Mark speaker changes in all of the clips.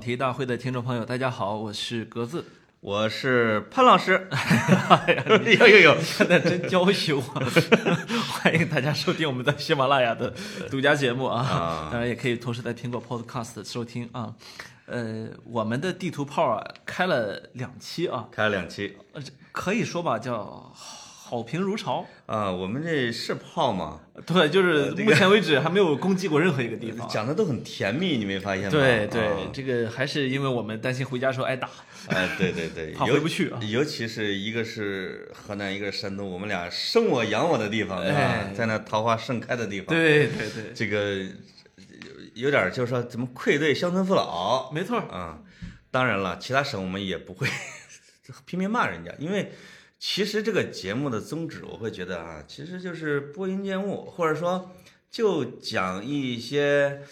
Speaker 1: 题大会的听众朋友，大家好，我是格子。
Speaker 2: 我是潘老师，
Speaker 1: 哎呀，
Speaker 2: 有有有，
Speaker 1: 看的真娇羞啊！ 欢迎大家收听我们的喜马拉雅的独家节目啊
Speaker 2: 啊，
Speaker 1: 当然也可以同时在苹果 Podcast 收听啊。呃，我们的地图炮啊开了两期啊，
Speaker 2: 开了两期
Speaker 1: 呃这可以说吧叫好评如潮。
Speaker 2: 啊，我们这是炮吗？
Speaker 1: 对，就是目前为止还没有攻击过任何一个地方。
Speaker 2: 讲的都很甜蜜，你没发现吗？
Speaker 1: 啊对对，
Speaker 2: 啊，
Speaker 1: 这个还是因为我们担心回家时候挨打。
Speaker 2: 哎，对对 对，
Speaker 1: 怕
Speaker 2: 尤
Speaker 1: 回不去啊
Speaker 2: 尤其是一个是河南，一个是山东，我们俩生我养我的地方，对吧
Speaker 1: 哎？
Speaker 2: 在那桃花盛开的地方，，
Speaker 1: 对对对，
Speaker 2: 这个有有点就是说怎么愧对乡村父老，
Speaker 1: 没错儿。
Speaker 2: 啊，当然了，其他省我们也不会 拼命骂人家，因为其实这个节目的宗旨，我会觉得啊，其实就是拨云见雾，或者说就讲一些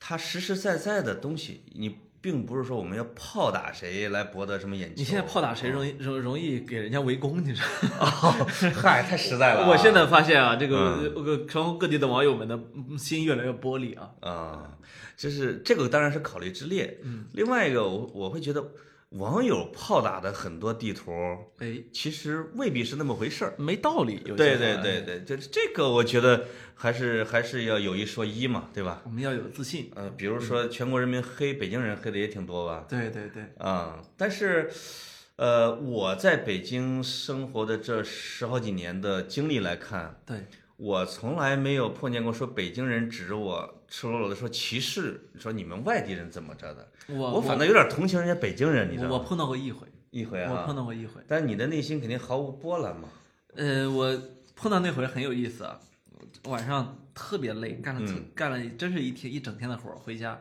Speaker 2: 它实实在在的东西，你并不是说我们要炮打谁来博得什么眼球。
Speaker 1: 你现在炮打 谁容易容容易给人家围攻，你知道吗？
Speaker 2: 嗨，太实在了啊、嗯
Speaker 1: 我现在发现啊，这个呃全国各地的网友们的嗯心越来越玻璃啊。
Speaker 2: 啊，就是这个当然是考虑之列，嗯，另外一个我我会觉得网友炮打的很多地图，
Speaker 1: 哎，
Speaker 2: 其实未必是那么回事儿。
Speaker 1: 没道理。有些啊
Speaker 2: 对
Speaker 1: 话
Speaker 2: 对对，对，就是这个，我觉得还是还是要有一说一嘛，对吧？
Speaker 1: 我们要有自信。
Speaker 2: 呃，比如说全国人民黑北京人黑的也挺多吧，
Speaker 1: 对对对，
Speaker 2: 啊、但是，呃，我在北京生活的这十好几年的经历来看，
Speaker 1: 对，
Speaker 2: 我从来没有碰见过说北京人指着我赤裸裸的说歧视，说你们外地人怎么着的，
Speaker 1: 我
Speaker 2: 我反倒有点同情人家北京人，你知
Speaker 1: 我
Speaker 2: 道
Speaker 1: 我
Speaker 2: 吗？
Speaker 1: 碰到过一回，
Speaker 2: 一回
Speaker 1: 我碰
Speaker 2: 啊，
Speaker 1: 到过一回。
Speaker 2: 但你的内心肯定毫无波澜嘛，
Speaker 1: 呃，我碰到那回很有意思啊，晚上特别累，干了、
Speaker 2: 嗯
Speaker 1: 干了真是一天一整天的活儿，回家，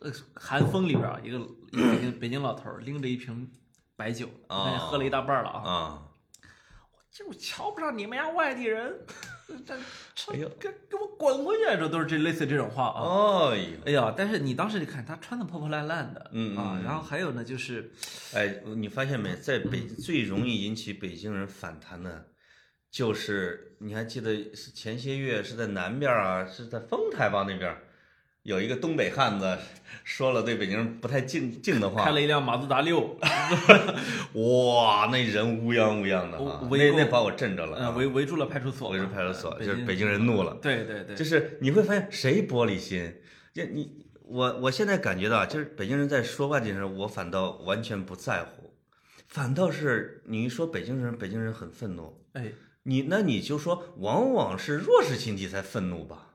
Speaker 1: 呃，寒风里边啊儿一个一个北京北京老头儿拎着一瓶白酒，我看见
Speaker 2: 哦
Speaker 1: 喝了一大半儿了啊，
Speaker 2: 啊，
Speaker 1: 就瞧不上你们家外地人， 这这
Speaker 2: 哎呦
Speaker 1: 给给我滚回去！这都是这类似这种话啊。
Speaker 2: 哦呦。
Speaker 1: 哎呀，但是你当时就看他穿的破破烂烂的，
Speaker 2: 嗯
Speaker 1: 啊，
Speaker 2: 嗯
Speaker 1: 然后还有呢，就是
Speaker 2: 哎，你发现没，在北最容易引起北京人反弹的，就是你还记得是前些月是在南边儿啊，是在丰台吧那边儿，有一个东北汉子说了对北京人不太敬敬的
Speaker 1: 开
Speaker 2: 话，
Speaker 1: 了一辆马自达六，
Speaker 2: 哇，那人乌泱乌泱的啊
Speaker 1: 我，我一
Speaker 2: 那
Speaker 1: 共
Speaker 2: 那把我震着了
Speaker 1: 呃，
Speaker 2: 啊，
Speaker 1: 围围住了派出所嘛，
Speaker 2: 我是派出所，
Speaker 1: 呃
Speaker 2: 就是北京人怒了。
Speaker 1: 对对对，
Speaker 2: 就是你会发现谁玻璃心，就你我我现在感觉到，就是北京人在说外地人，我反倒完全不在乎，反倒是你一说北京人，北京人很愤怒，
Speaker 1: 哎，
Speaker 2: 你那你就说，往往是弱势群体才愤怒吧。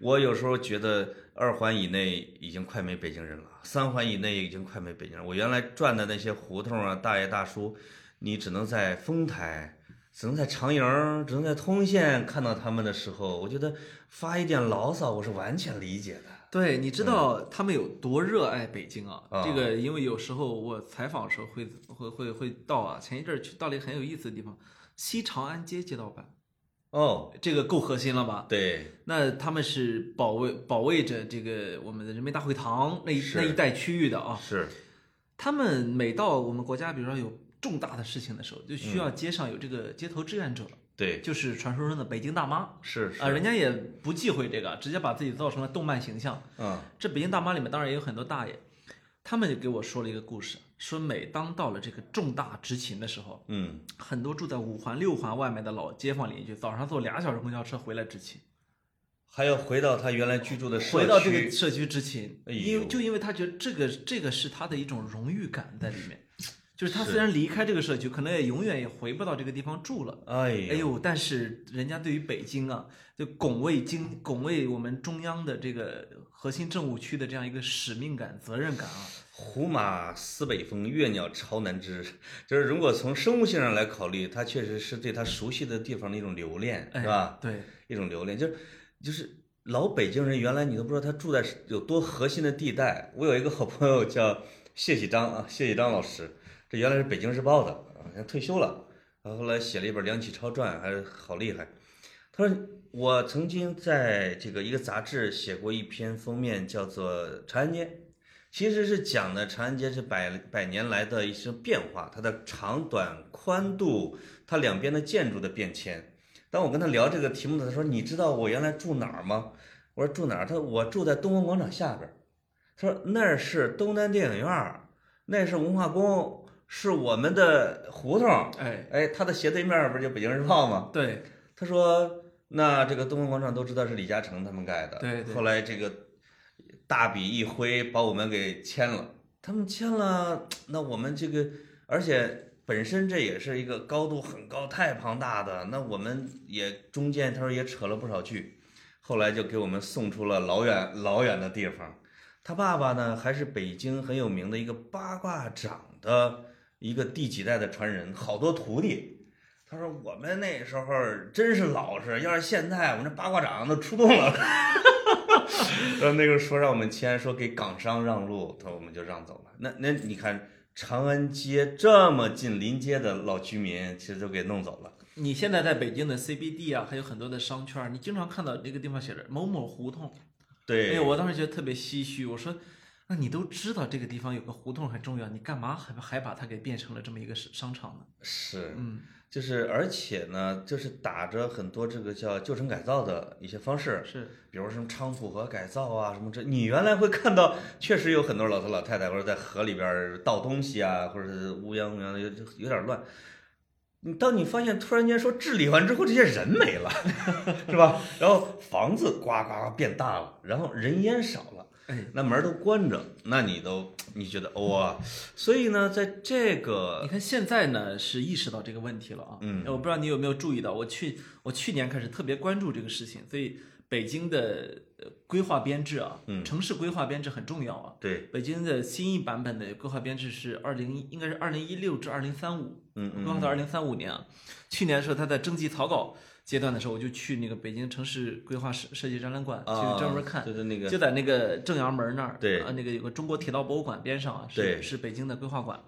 Speaker 2: 我有时候觉得二环以内已经快没北京人了，三环以内已经快没北京人了。我原来转的那些胡同啊，大爷大叔，你只能在丰台，只能在长营儿，只能在通县看到他们的时候，我觉得发一点牢骚，我是完全理解的。
Speaker 1: 对，你知道他们有多热爱北京啊？
Speaker 2: 嗯啊
Speaker 1: 这个，因为有时候我采访的时候会会会会到啊，前一阵儿去到了一个很有意思的地方，西长安街街道办，
Speaker 2: 哦，
Speaker 1: 这个够核心了吧？
Speaker 2: 对，
Speaker 1: 那他们是保卫保卫着这个我们的人民大会堂那一
Speaker 2: 是
Speaker 1: 那一带区域的啊。
Speaker 2: 是，
Speaker 1: 他们每到我们国家，比如说有重大的事情的时候，就
Speaker 2: 嗯
Speaker 1: 需要街上有这个街头志愿者，
Speaker 2: 对，
Speaker 1: 就是传说中的北京大妈
Speaker 2: 是
Speaker 1: 啊，
Speaker 2: 是，
Speaker 1: 人家也不忌讳这个，直接把自己造成了动漫形象。
Speaker 2: 嗯，
Speaker 1: 这北京大妈里面当然也有很多大爷，他们就给我说了一个故事，说每当到了这个重大执勤的时候，
Speaker 2: 嗯，
Speaker 1: 很多住在五环、六环外面的老街坊邻居，早上坐俩小时公交车回来执勤，
Speaker 2: 还要回到他原来居住的社区，
Speaker 1: 回到这个社区执勤，
Speaker 2: 哎
Speaker 1: 因为
Speaker 2: 呦
Speaker 1: 就因为他觉得这个这个是他的一种荣誉感在里面，就是他
Speaker 2: 是
Speaker 1: 虽然离开这个社区，可能也永远也回不到这个地方住了。
Speaker 2: 哎
Speaker 1: 哎
Speaker 2: 呦，
Speaker 1: 呦，但是人家对于北京啊，就拱卫京、拱卫我们中央的这个核心政务区的这样一个使命感、责任感啊，
Speaker 2: 胡马思北风，越鸟朝南枝。 就是如果从生物性上来考虑，它确实是对它熟悉的地方的一种留恋，
Speaker 1: 哎
Speaker 2: 是吧？
Speaker 1: 对，
Speaker 2: 一种留恋，就是就是老北京人，原来你都不知道他住在有多核心的地带。我有一个好朋友叫谢喜章啊，谢喜章老师，这原来是北京日报的啊，现在退休了，然后后来写了一本《梁启超传》，还是好厉害。他说我曾经在这个一个杂志写过一篇封面，叫做《长安街》。其实是讲的长安街是百百年来的一些变化，它的长短、宽度，它两边的建筑的变迁。当我跟他聊这个题目的时候，他说：“你知道我原来住哪儿吗？”我说：“住哪儿？”他说：“我住在东方广场下边儿。”他说那儿是东南电影院儿，那是文化宫，是我们的胡同儿。
Speaker 1: 哎，
Speaker 2: 哎，他的斜对面儿不是就北京日报吗？
Speaker 1: 对，
Speaker 2: 他说那这个东方广场都知道是李嘉诚他们盖的，
Speaker 1: 对对
Speaker 2: 后来这个大笔一挥把我们给签了，他们签了，那我们这个而且。本身这也是一个高度很高、太庞大的，那我们也中间他说也扯了不少剧，后来就给我们送出了老远老远的地方。他爸爸呢，还是北京很有名的一个八卦掌的一个第几代的传人，好多徒弟。他说我们那时候真是老实，要是现在我们这八卦掌都出动了。 然后那个说让我们签，说给港商让路，他说我们就让走了。那那你看长安街这么近临街的老居民，其实都给弄走了。
Speaker 1: 你现在在北京的 CBD 啊，还有很多的商圈儿，你经常看到那个地方写着某某胡同。哎
Speaker 2: 对，
Speaker 1: 呦，我当时觉得特别唏嘘，我说。那你都知道这个地方有个胡同很重要，你干嘛还还把它给变成了这么一个商商场呢？
Speaker 2: 是，
Speaker 1: 嗯，
Speaker 2: 就是而且呢，就是打着很多这个叫旧城改造的一些方式，
Speaker 1: 是，
Speaker 2: 比如什么昌蒲河改造啊，什么这，你原来会看到，确实有很多老头老太太或者在河里边儿倒东西啊，或者是乌泱乌泱的，有有点乱。你当你发现突然间说治理完之后，这些人没了， 是吧？然后房子呱呱呱变大了，然后人烟少了。
Speaker 1: 哎，
Speaker 2: 那门儿都关着，那你都你觉得哇、所以呢，在这个
Speaker 1: 你看现在呢是意识到这个问题了啊，
Speaker 2: 嗯
Speaker 1: 我不知道你有没有注意到，我去我去年开始特别关注这个事情，所以北京的呃规划编制啊，
Speaker 2: 嗯
Speaker 1: 城市规划编制很重要啊。
Speaker 2: 对，
Speaker 1: 北京的新一版本的规划编制是二零，应该是二零一六至二零三五，
Speaker 2: 嗯
Speaker 1: 规划
Speaker 2: 嗯，
Speaker 1: 到二零三五年啊。去年的时候，他在征集草稿阶段的时候，我就去那个北京城市规划设设计展览馆
Speaker 2: 啊
Speaker 1: 去专门看，
Speaker 2: 就是那个
Speaker 1: 就在那个正阳门那儿，
Speaker 2: 对
Speaker 1: 啊，那个有个中国铁道博物馆边上啊，
Speaker 2: 对
Speaker 1: 是是北京的规划馆，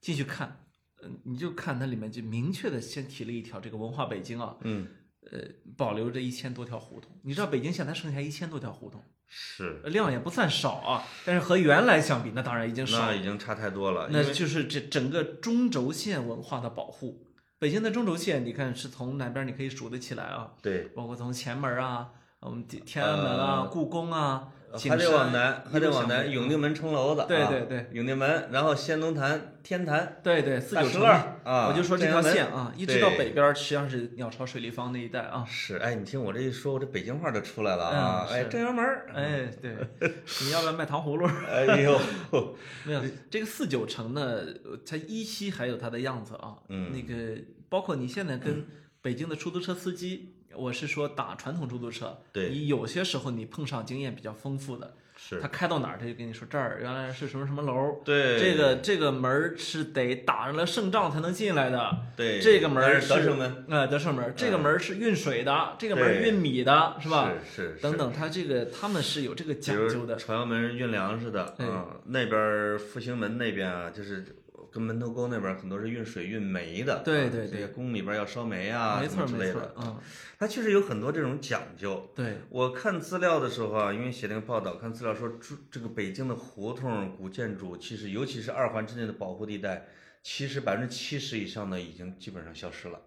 Speaker 1: 进去看，嗯，你就看它里面就明确的先提了一条这个文化北京啊，
Speaker 2: 嗯
Speaker 1: 呃，保留着一千多条胡同，你知道北京现在剩下一千多条胡同，
Speaker 2: 是，
Speaker 1: 呃量也不算少啊，但是和原来相比，那当然已经少
Speaker 2: 那已经差太多了，因
Speaker 1: 那
Speaker 2: 为
Speaker 1: 就是这整个中轴线文化的保护。北京的中轴线，你看是从哪边儿你可以数得起来啊？
Speaker 2: 对。
Speaker 1: 包括从前门儿啊，我们天天安门啊、
Speaker 2: 呃
Speaker 1: 故宫啊，景
Speaker 2: 还得
Speaker 1: 山
Speaker 2: 往南，
Speaker 1: 一
Speaker 2: 还得
Speaker 1: 路
Speaker 2: 往
Speaker 1: 向
Speaker 2: 南，
Speaker 1: 北
Speaker 2: 永定门城楼子，
Speaker 1: 对
Speaker 2: 啊
Speaker 1: 对对，
Speaker 2: 永定门，然后先农坛、天坛、
Speaker 1: 对对，四
Speaker 2: 大
Speaker 1: 九
Speaker 2: 石
Speaker 1: 城
Speaker 2: 栏儿啊，
Speaker 1: 我就说这
Speaker 2: 正
Speaker 1: 条
Speaker 2: 阳门
Speaker 1: 线啊，一直到
Speaker 2: 对
Speaker 1: 北边儿，实际上是鸟巢、水立方那一带啊。
Speaker 2: 是，哎，你听我这一说，我这北京话就出来了啊，
Speaker 1: 嗯
Speaker 2: 哎，
Speaker 1: 是
Speaker 2: 正阳 门儿，
Speaker 1: 哎，对， 你要不要卖糖葫芦？
Speaker 2: 哎呦，
Speaker 1: 没
Speaker 2: 呃
Speaker 1: 有，这个四九城呢，呃它依稀还有它的样子啊。
Speaker 2: 嗯
Speaker 1: 那个包括你现在跟北京的出租车司机，我是说打传统出租车，
Speaker 2: 对
Speaker 1: 你有些时候你碰上经验比较丰富的，
Speaker 2: 是
Speaker 1: 他开到哪儿他就跟你说这儿原来是什么什么楼。
Speaker 2: 对
Speaker 1: 这个这个门儿是得打上了胜仗才能进来的，
Speaker 2: 对
Speaker 1: 这个门
Speaker 2: 那
Speaker 1: 儿
Speaker 2: 是德胜门，
Speaker 1: 呃，德胜门儿，这个门儿是运水的，这个门儿
Speaker 2: 嗯对
Speaker 1: 运米的，啊是吧？？
Speaker 2: 是是，
Speaker 1: 等等，他这个他们是有这个
Speaker 2: 比
Speaker 1: 讲
Speaker 2: 如
Speaker 1: 究的，
Speaker 2: 朝阳门运粮食的，
Speaker 1: 哎
Speaker 2: 嗯，那边儿复兴门那边啊，就是跟门头沟那边儿很多是运水运煤的，
Speaker 1: 对
Speaker 2: 啊
Speaker 1: 对
Speaker 2: 这
Speaker 1: 对
Speaker 2: 些宫里边儿要烧煤啊，
Speaker 1: 没
Speaker 2: 什
Speaker 1: 错
Speaker 2: 么
Speaker 1: 儿
Speaker 2: 之
Speaker 1: 没
Speaker 2: 类
Speaker 1: 错儿
Speaker 2: 的，，
Speaker 1: 嗯，
Speaker 2: 它确实有很多这种讲究，
Speaker 1: 对，
Speaker 2: 我看资料的时候啊，因为写那个报道，看资料说，这这个北京的胡同古建筑，其实尤其是二环之内的保护地带，其实百分之七十以上呢已经基本上消失了。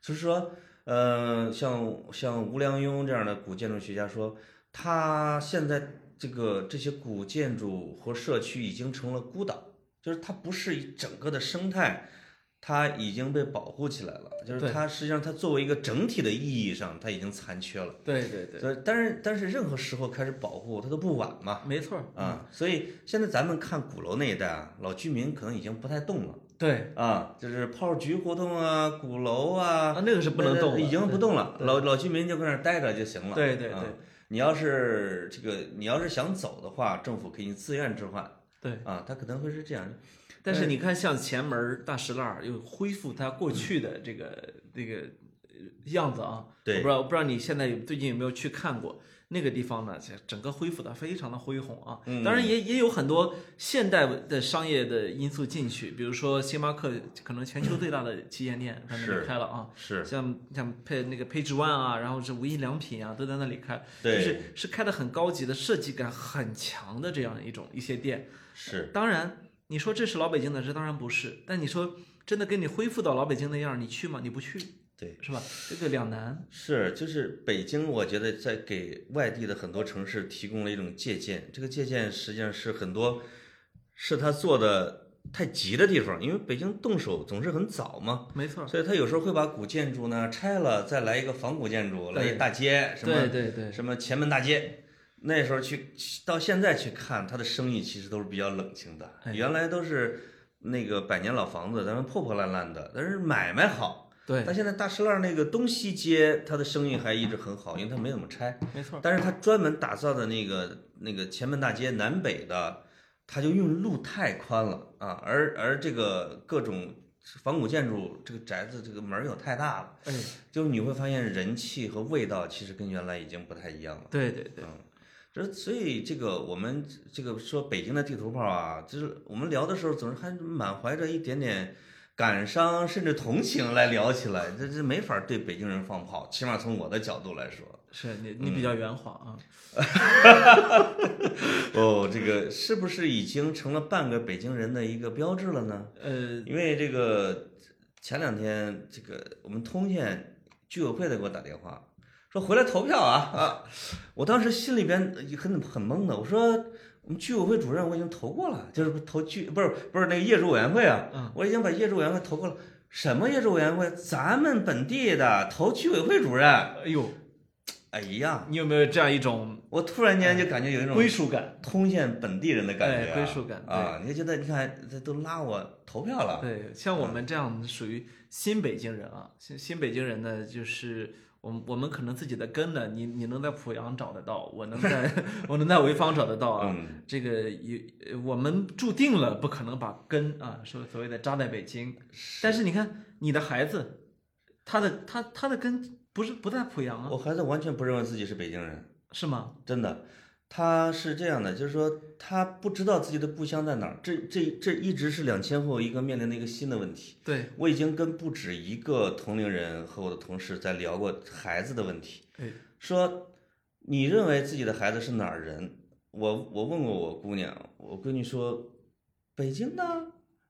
Speaker 2: 就是说，呃，像像吴良镛这样的古建筑学家说，他现在这个这些古建筑和社区已经成了孤岛，就是它不是一整个的生态。它已经被保护起来了，就是
Speaker 1: 对
Speaker 2: 它实际上它作为一个整体的意义上，它已经残缺了。
Speaker 1: 对对对，
Speaker 2: 所以，但是但是任何时候开始保护它都不晚嘛。
Speaker 1: 没错儿，
Speaker 2: 啊，所以现在咱们看鼓楼那一带啊，老居民可能已经不太动了
Speaker 1: 对
Speaker 2: 啊，就是炮竹胡同啊、鼓楼啊，
Speaker 1: 啊，那个是不能动的，
Speaker 2: 已经不动了，
Speaker 1: 对
Speaker 2: 老老居民就搁那儿待着就行了。
Speaker 1: 对对
Speaker 2: 啊
Speaker 1: 对
Speaker 2: 你要是这个，你要是想走的话，政府给你自愿置换
Speaker 1: 对。
Speaker 2: 啊，他可能会是这样。
Speaker 1: 但是你看，像前门儿大石栏儿又恢复它过去的这个这个呃样子啊。
Speaker 2: 对
Speaker 1: 我不知道，我不知道你现在有最近有没有去看过那个地方呢？这整个恢复的非常的恢宏啊。
Speaker 2: 嗯
Speaker 1: 当然也也有很多现代的商业的因素进去，比如说星巴克可能全球最大的旗舰店在那
Speaker 2: 是
Speaker 1: 里开了啊。
Speaker 2: 是，
Speaker 1: 像像配那个 Page One 啊，然后是无印良品啊，都在那里开，
Speaker 2: 对
Speaker 1: 就是是开的很高级的设计感很强的这样一种一些店。
Speaker 2: 是，
Speaker 1: 当然，你说这是老北京的，这当然不是。但你说真的跟你恢复到老北京那样，你去吗？你不去。
Speaker 2: 对，
Speaker 1: 是吧？这个两难。
Speaker 2: 是，就是北京，我觉得在给外地的很多城市提供了一种借鉴。这个借鉴实际上是很多是他做的太急的地方，因为北京动手总是很早嘛，
Speaker 1: 没错，
Speaker 2: 所以他有时候会把古建筑呢拆了，再来一个仿古建筑，来一大街，什
Speaker 1: 对
Speaker 2: 么
Speaker 1: 对对，
Speaker 2: 什么前门大街。那时候去到现在去看，它的生意其实都是比较冷清的，
Speaker 1: 哎
Speaker 2: 原来都是那个百年老房子，咱们破破烂烂的，但是买卖好。
Speaker 1: 对，
Speaker 2: 但现在大石栏那个东西街，它的生意还一直很好，因为它没怎么拆。
Speaker 1: 没错，
Speaker 2: 但是它专门打造的那个那个前门大街南北的，它就用路太宽了啊，而而这个各种仿古建筑这个宅子这个门儿又太大了，
Speaker 1: 哎，
Speaker 2: 就是你会发现人气和味道其实跟原来已经不太一样了。
Speaker 1: 对对对，
Speaker 2: 嗯，这所以这个我们这个说北京的地图炮啊，就是我们聊的时候总是还满怀着一点点感伤甚至同情来聊起来，这这没法对北京人放炮，起码从我的角度来说，
Speaker 1: 是你你比较圆滑啊，
Speaker 2: 哦，这个是不是已经成了半个北京人的一个标志了呢？
Speaker 1: 呃，
Speaker 2: 因为这个前两天这个我们通县居委会的给我打电话说回来投票啊啊！ 我当时心里边很很懵的，我说我们居委会主任我已经投过了，就是投居不是不是那个业主委员会啊，
Speaker 1: 嗯
Speaker 2: 我已经把业主委员会投过了。什么业主委员会？咱们本地的投居委会主任。
Speaker 1: 哎呦，
Speaker 2: 哎呀，
Speaker 1: 你有没有这样一种
Speaker 2: 我突然间就感觉有一种
Speaker 1: 归属感？
Speaker 2: 通县本地人的感觉、啊
Speaker 1: 哎哎归属感对
Speaker 2: 啊！你就觉得你看这都拉我投票了，
Speaker 1: 对，像我们这样属于新北京人啊，新新北京人呢，就是我们我们可能自己的根呢，你你能在濮阳找得到，我能在 我能在潍坊找得到啊。
Speaker 2: 嗯。
Speaker 1: 这个有呃我们注定了不可能把根啊，说所谓的扎在北京。但是你看你的孩子，他的他他的根不是不在濮阳啊，
Speaker 2: 我孩子完全不认为自己是北京人，
Speaker 1: 是吗？
Speaker 2: 真的，他是这样的，就是说他不知道自己的故乡在哪儿，这这这一直是两千后一个面临的一个新的问题。
Speaker 1: 对，
Speaker 2: 我已经跟不止一个同龄人和我的同事在聊过孩子的问题，
Speaker 1: 哎，
Speaker 2: 说你认为自己的孩子是哪儿人？我我问过我姑娘，我闺女说北京的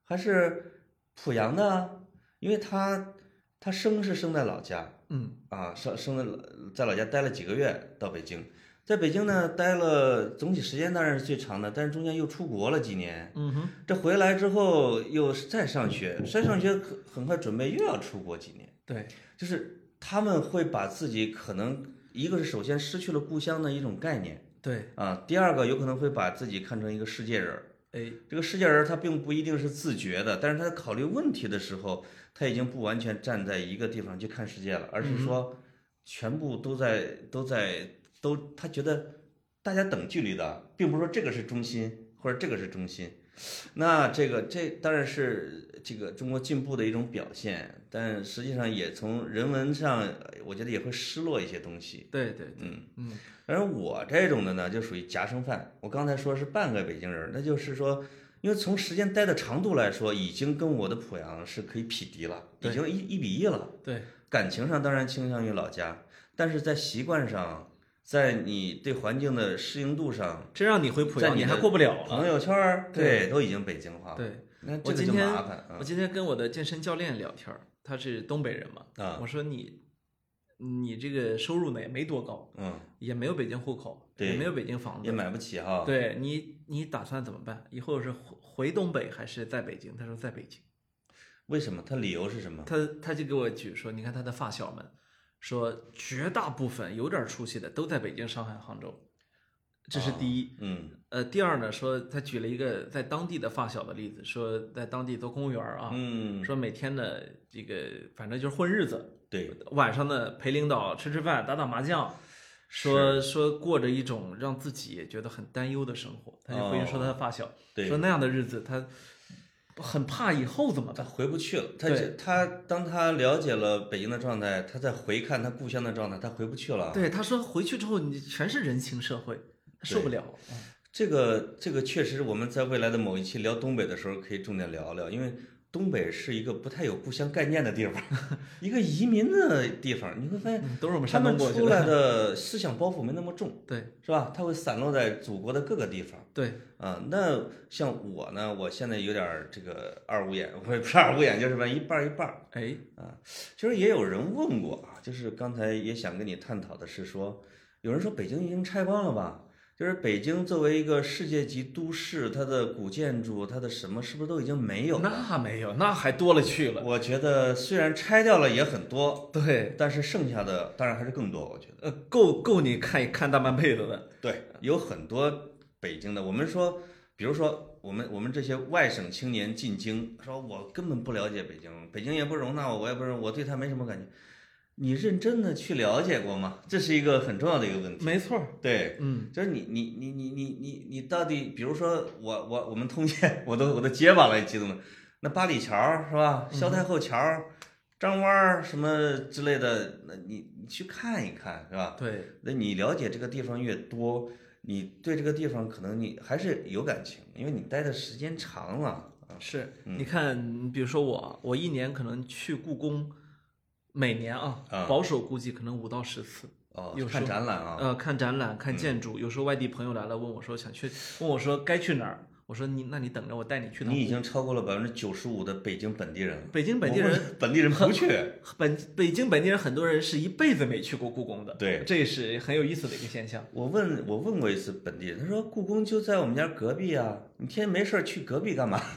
Speaker 2: 还是濮阳的，因为她她生是生在老家，
Speaker 1: 嗯，
Speaker 2: 啊，生生在老在老家待了几个月，到北京，在北京呢待了总体时间当然是最长的，但是中间又出国了几年，
Speaker 1: 嗯哼，
Speaker 2: 这回来之后又再上学，再上学很很快准备又要出国几年，
Speaker 1: 对，
Speaker 2: 就是他们会把自己可能一个是首先失去了故乡的一种概念
Speaker 1: 对，
Speaker 2: 啊，第二个有可能会把自己看成一个世界人儿，
Speaker 1: 哎，
Speaker 2: 这个世界人他并不一定是自觉的，但是他考虑问题的时候，他已经不完全站在一个地方去看世界了，而是说全部都在都在都，他觉得大家等距离的，并不是说这个是中心或者这个是中心。那这个这当然是这个中国进步的一种表现，但实际上也从人文上，我觉得也会失落一些东西。
Speaker 1: 对对，
Speaker 2: 嗯，
Speaker 1: 嗯，
Speaker 2: 但是我这种的呢，就属于夹生饭。我刚才说是半个北京人，那就是说，因为从时间待的长度来说，已经跟我的濮阳是可以匹敌了，已
Speaker 1: 对
Speaker 2: 经一一比一了。
Speaker 1: 对，
Speaker 2: 感情上当然倾向于老家，但是在习惯上，在你对环境的适应度上，
Speaker 1: 这让你回濮
Speaker 2: 在
Speaker 1: 阳，
Speaker 2: 你
Speaker 1: 你还
Speaker 2: 的
Speaker 1: 过不了了。
Speaker 2: 朋友圈儿
Speaker 1: 对
Speaker 2: 对都已经北京化了。
Speaker 1: 对，
Speaker 2: 那
Speaker 1: 我
Speaker 2: 这个
Speaker 1: 今
Speaker 2: 就
Speaker 1: 天
Speaker 2: 麻烦啊
Speaker 1: 我今天跟我的健身教练聊天儿，他是东北人嘛，
Speaker 2: 啊
Speaker 1: 我说你，你这个收入呢也没多高，
Speaker 2: 嗯，
Speaker 1: 也没有北京户口，
Speaker 2: 对
Speaker 1: 也没有北京房
Speaker 2: 嗯，
Speaker 1: 子
Speaker 2: 也，买不起哈。
Speaker 1: 对你，你打算怎么办？以后是回回东北还是在北京？他说在北京，
Speaker 2: 为什么？他理由是什么？
Speaker 1: 他他就给我举说，你看他的发小们，说绝大部分有点出息的都在北京、上海、杭州，这是第一。
Speaker 2: 嗯
Speaker 1: 呃，第二呢，说他举了一个在当地的发小的例子，说在当地做公务员儿啊，
Speaker 2: 嗯，
Speaker 1: 说每天呢这个反正就是混日子，
Speaker 2: 对，
Speaker 1: 晚上呢陪领导吃吃饭、打打麻将，说说过着一种让自己也觉得很担忧的生活。他就回去说他的发小，
Speaker 2: 对
Speaker 1: 说那样的日子他很怕以后怎么
Speaker 2: 他
Speaker 1: 办。
Speaker 2: 回不去了。他
Speaker 1: 对
Speaker 2: 这他当他了解了北京的状态，他再回看他故乡的状态，他回不去了。啊
Speaker 1: 对，他说回去之后你全是人情社会，他受不了。
Speaker 2: 这个这个确实，我们在未来的某一期聊东北的时候可以重点聊聊，因为东北是一个不太有故乡概念的 地方，一个移民的地方，你会发现
Speaker 1: 嗯都是我们
Speaker 2: 他
Speaker 1: 山
Speaker 2: 们
Speaker 1: 东过去
Speaker 2: 出
Speaker 1: 的。
Speaker 2: 来的思想包袱没那么重，
Speaker 1: 对
Speaker 2: 是吧？他会散落在祖国的各个地方。
Speaker 1: 对，
Speaker 2: 啊，那像我呢，我现在有点儿这个二五眼，我也不是二五眼，就是吧，一半儿一半儿。
Speaker 1: 哎，
Speaker 2: 其实也有人问过啊，就是刚才也想跟你探讨的是说，有人说北京已经拆光了吧？就是北京作为一个世界级都市，它的古建筑、它的什么，是不是都已经没有了？
Speaker 1: 那没有，那还多了去了。
Speaker 2: 我觉得虽然拆掉了也很多，
Speaker 1: 对，
Speaker 2: 但是剩下的当然还是更多，我觉得。
Speaker 1: 呃，够够你看一看大半辈子的。
Speaker 2: 对，有很多北京的，我们说，比如说我们我们这些外省青年进京，说我根本不了解北京，北京也不容纳我，我也不容，我对它没什么感觉。你认真的去了解过吗？这是一个很重要的一个问题。
Speaker 1: 没错儿，
Speaker 2: 对，
Speaker 1: 嗯，
Speaker 2: 就是你你你你你你你到底，比如说我我我们通县，我都我都结巴了，激动的。那八里桥儿是吧？萧太后桥儿、张湾儿什么之类的，那你你去看一看是吧？
Speaker 1: 对，
Speaker 2: 那你了解这个地方越多，你对这个地方可能你还是有感情，因为你待的时间长了。
Speaker 1: 是。你看，比如说我，我一年可能去故宫，每年啊，
Speaker 2: 啊
Speaker 1: 保守估计可能五到十次。
Speaker 2: 哦
Speaker 1: 有，时
Speaker 2: 看
Speaker 1: 候
Speaker 2: 展览啊，
Speaker 1: 呃，看展览、看建筑，有时候外地朋友来了，问我说想去，问我说该去哪儿，我说你，那你等着，我带你去趟
Speaker 2: 你已经超过了百分之九十五的北京本地人了。
Speaker 1: 北京本地
Speaker 2: 我
Speaker 1: 人
Speaker 2: 问本地人 不去，
Speaker 1: 本北京本地人很多人是一辈子没去过故宫的，
Speaker 2: 对
Speaker 1: 这是很有意思的一个现象。
Speaker 2: 我问我问过一次本地人，他说故宫就在我们家隔壁啊，你天天没事儿去隔壁干嘛？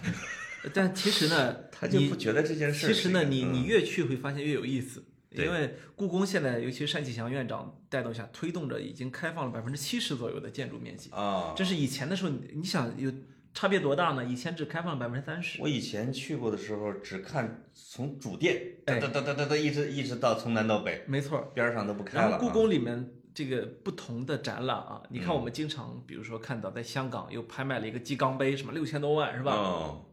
Speaker 1: 呃但其实呢，
Speaker 2: 他就
Speaker 1: 你
Speaker 2: 不觉得这件事儿
Speaker 1: 其
Speaker 2: 是
Speaker 1: 实
Speaker 2: 一个。
Speaker 1: 呢，你
Speaker 2: 嗯
Speaker 1: 你越去会发现越有意思，
Speaker 2: 对
Speaker 1: 因为故宫现在，尤其是单霁翔院长带动下，推动着已经开放了百分之七十左右的建筑面积，
Speaker 2: 啊，
Speaker 1: 这是以前的时候，你你想有差别多大呢？以前只开放了百分之三十，
Speaker 2: 我以前去过的时候，只看从主殿，哒
Speaker 1: 哎
Speaker 2: 哒哒哒哒哒，一直一直到从南到北，
Speaker 1: 没错儿。
Speaker 2: 边儿上都不开
Speaker 1: 然后
Speaker 2: 了啊。嗯
Speaker 1: 故宫里面这个不同的展览啊，你看我们经常比如说看到在香港又拍卖了一个鸡缸杯，什么六千多万是吧？
Speaker 2: 哦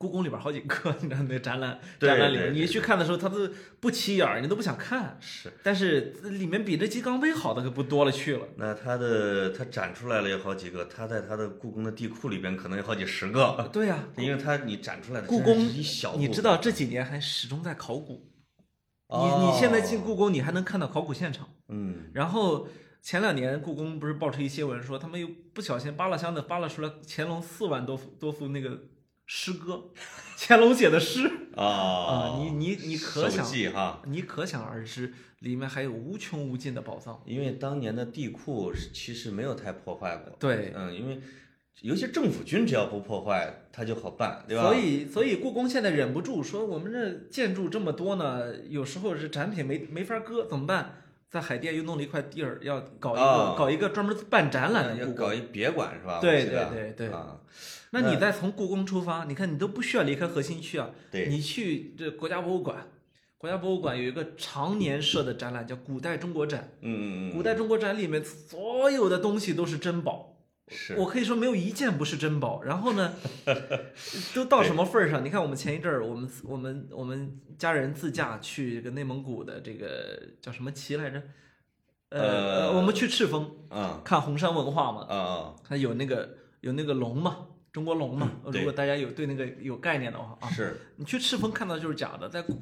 Speaker 1: 故宫里边好几个，你知道那展览
Speaker 2: 对
Speaker 1: 展览里
Speaker 2: 对
Speaker 1: 面，
Speaker 2: 对
Speaker 1: 你去看的时候，它都不起眼儿，你都不想看。
Speaker 2: 是，
Speaker 1: 但是里面比这鸡缸杯好的可不多了去了。
Speaker 2: 那他的他展出来了有好几个，他在他的故宫的地库里边可能有好几十个，
Speaker 1: 对呀、
Speaker 2: 因为他你展出来的
Speaker 1: 故
Speaker 2: 真是
Speaker 1: 宫
Speaker 2: 一小部分，啊
Speaker 1: 你知道这几年还始终在考古，你
Speaker 2: 哦
Speaker 1: 你现在进故宫，你还能看到考古现场。
Speaker 2: 嗯，
Speaker 1: 然后前两年故宫不是爆出一些文说，他们又不小心扒拉箱子扒拉出来乾隆四万多幅多幅那个诗歌， 乾隆写的诗，
Speaker 2: 啊
Speaker 1: 啊你你你可想
Speaker 2: 手记哈，
Speaker 1: 你可想而知，里面还有无穷无尽的宝藏。
Speaker 2: 因为当年的地库是其实没有太破坏过，
Speaker 1: 对，
Speaker 2: 嗯，因为尤其政府军只要不破坏，他就好办，对吧？
Speaker 1: 所以所以故宫现在忍不住说，我们这建筑这么多呢，有时候是展品没没法搁，怎么办？在海淀又弄了一块地儿，要搞一个、
Speaker 2: 啊
Speaker 1: 搞一个专门办展览的
Speaker 2: 要
Speaker 1: 故宫。
Speaker 2: 搞一别馆是吧？
Speaker 1: 对
Speaker 2: 我记得
Speaker 1: 对对对
Speaker 2: 啊，
Speaker 1: 那你再从故宫出发，你看你都不需要离开核心区啊，
Speaker 2: 对
Speaker 1: 你去这国家博物馆，国家博物馆有一个常年设的展览叫“古代中国展”，
Speaker 2: 嗯嗯
Speaker 1: 古代中国展里面所有的东西都是珍宝。
Speaker 2: 嗯，是
Speaker 1: 我可以说没有一件不是珍宝。然后 呢，都到什么份儿上？你看我们前一阵儿，我们自我们我们家人自驾去这个内蒙古的这个叫什么旗来着？
Speaker 2: 呃
Speaker 1: 呃，我们去赤峰
Speaker 2: 啊
Speaker 1: 看红山文化嘛
Speaker 2: 啊，啊，
Speaker 1: 它有那个有那个龙嘛，中国龙嘛。
Speaker 2: 嗯对
Speaker 1: 如果大家有对那个有概念的话啊，
Speaker 2: 是。
Speaker 1: 你去赤峰看到就是假的，在古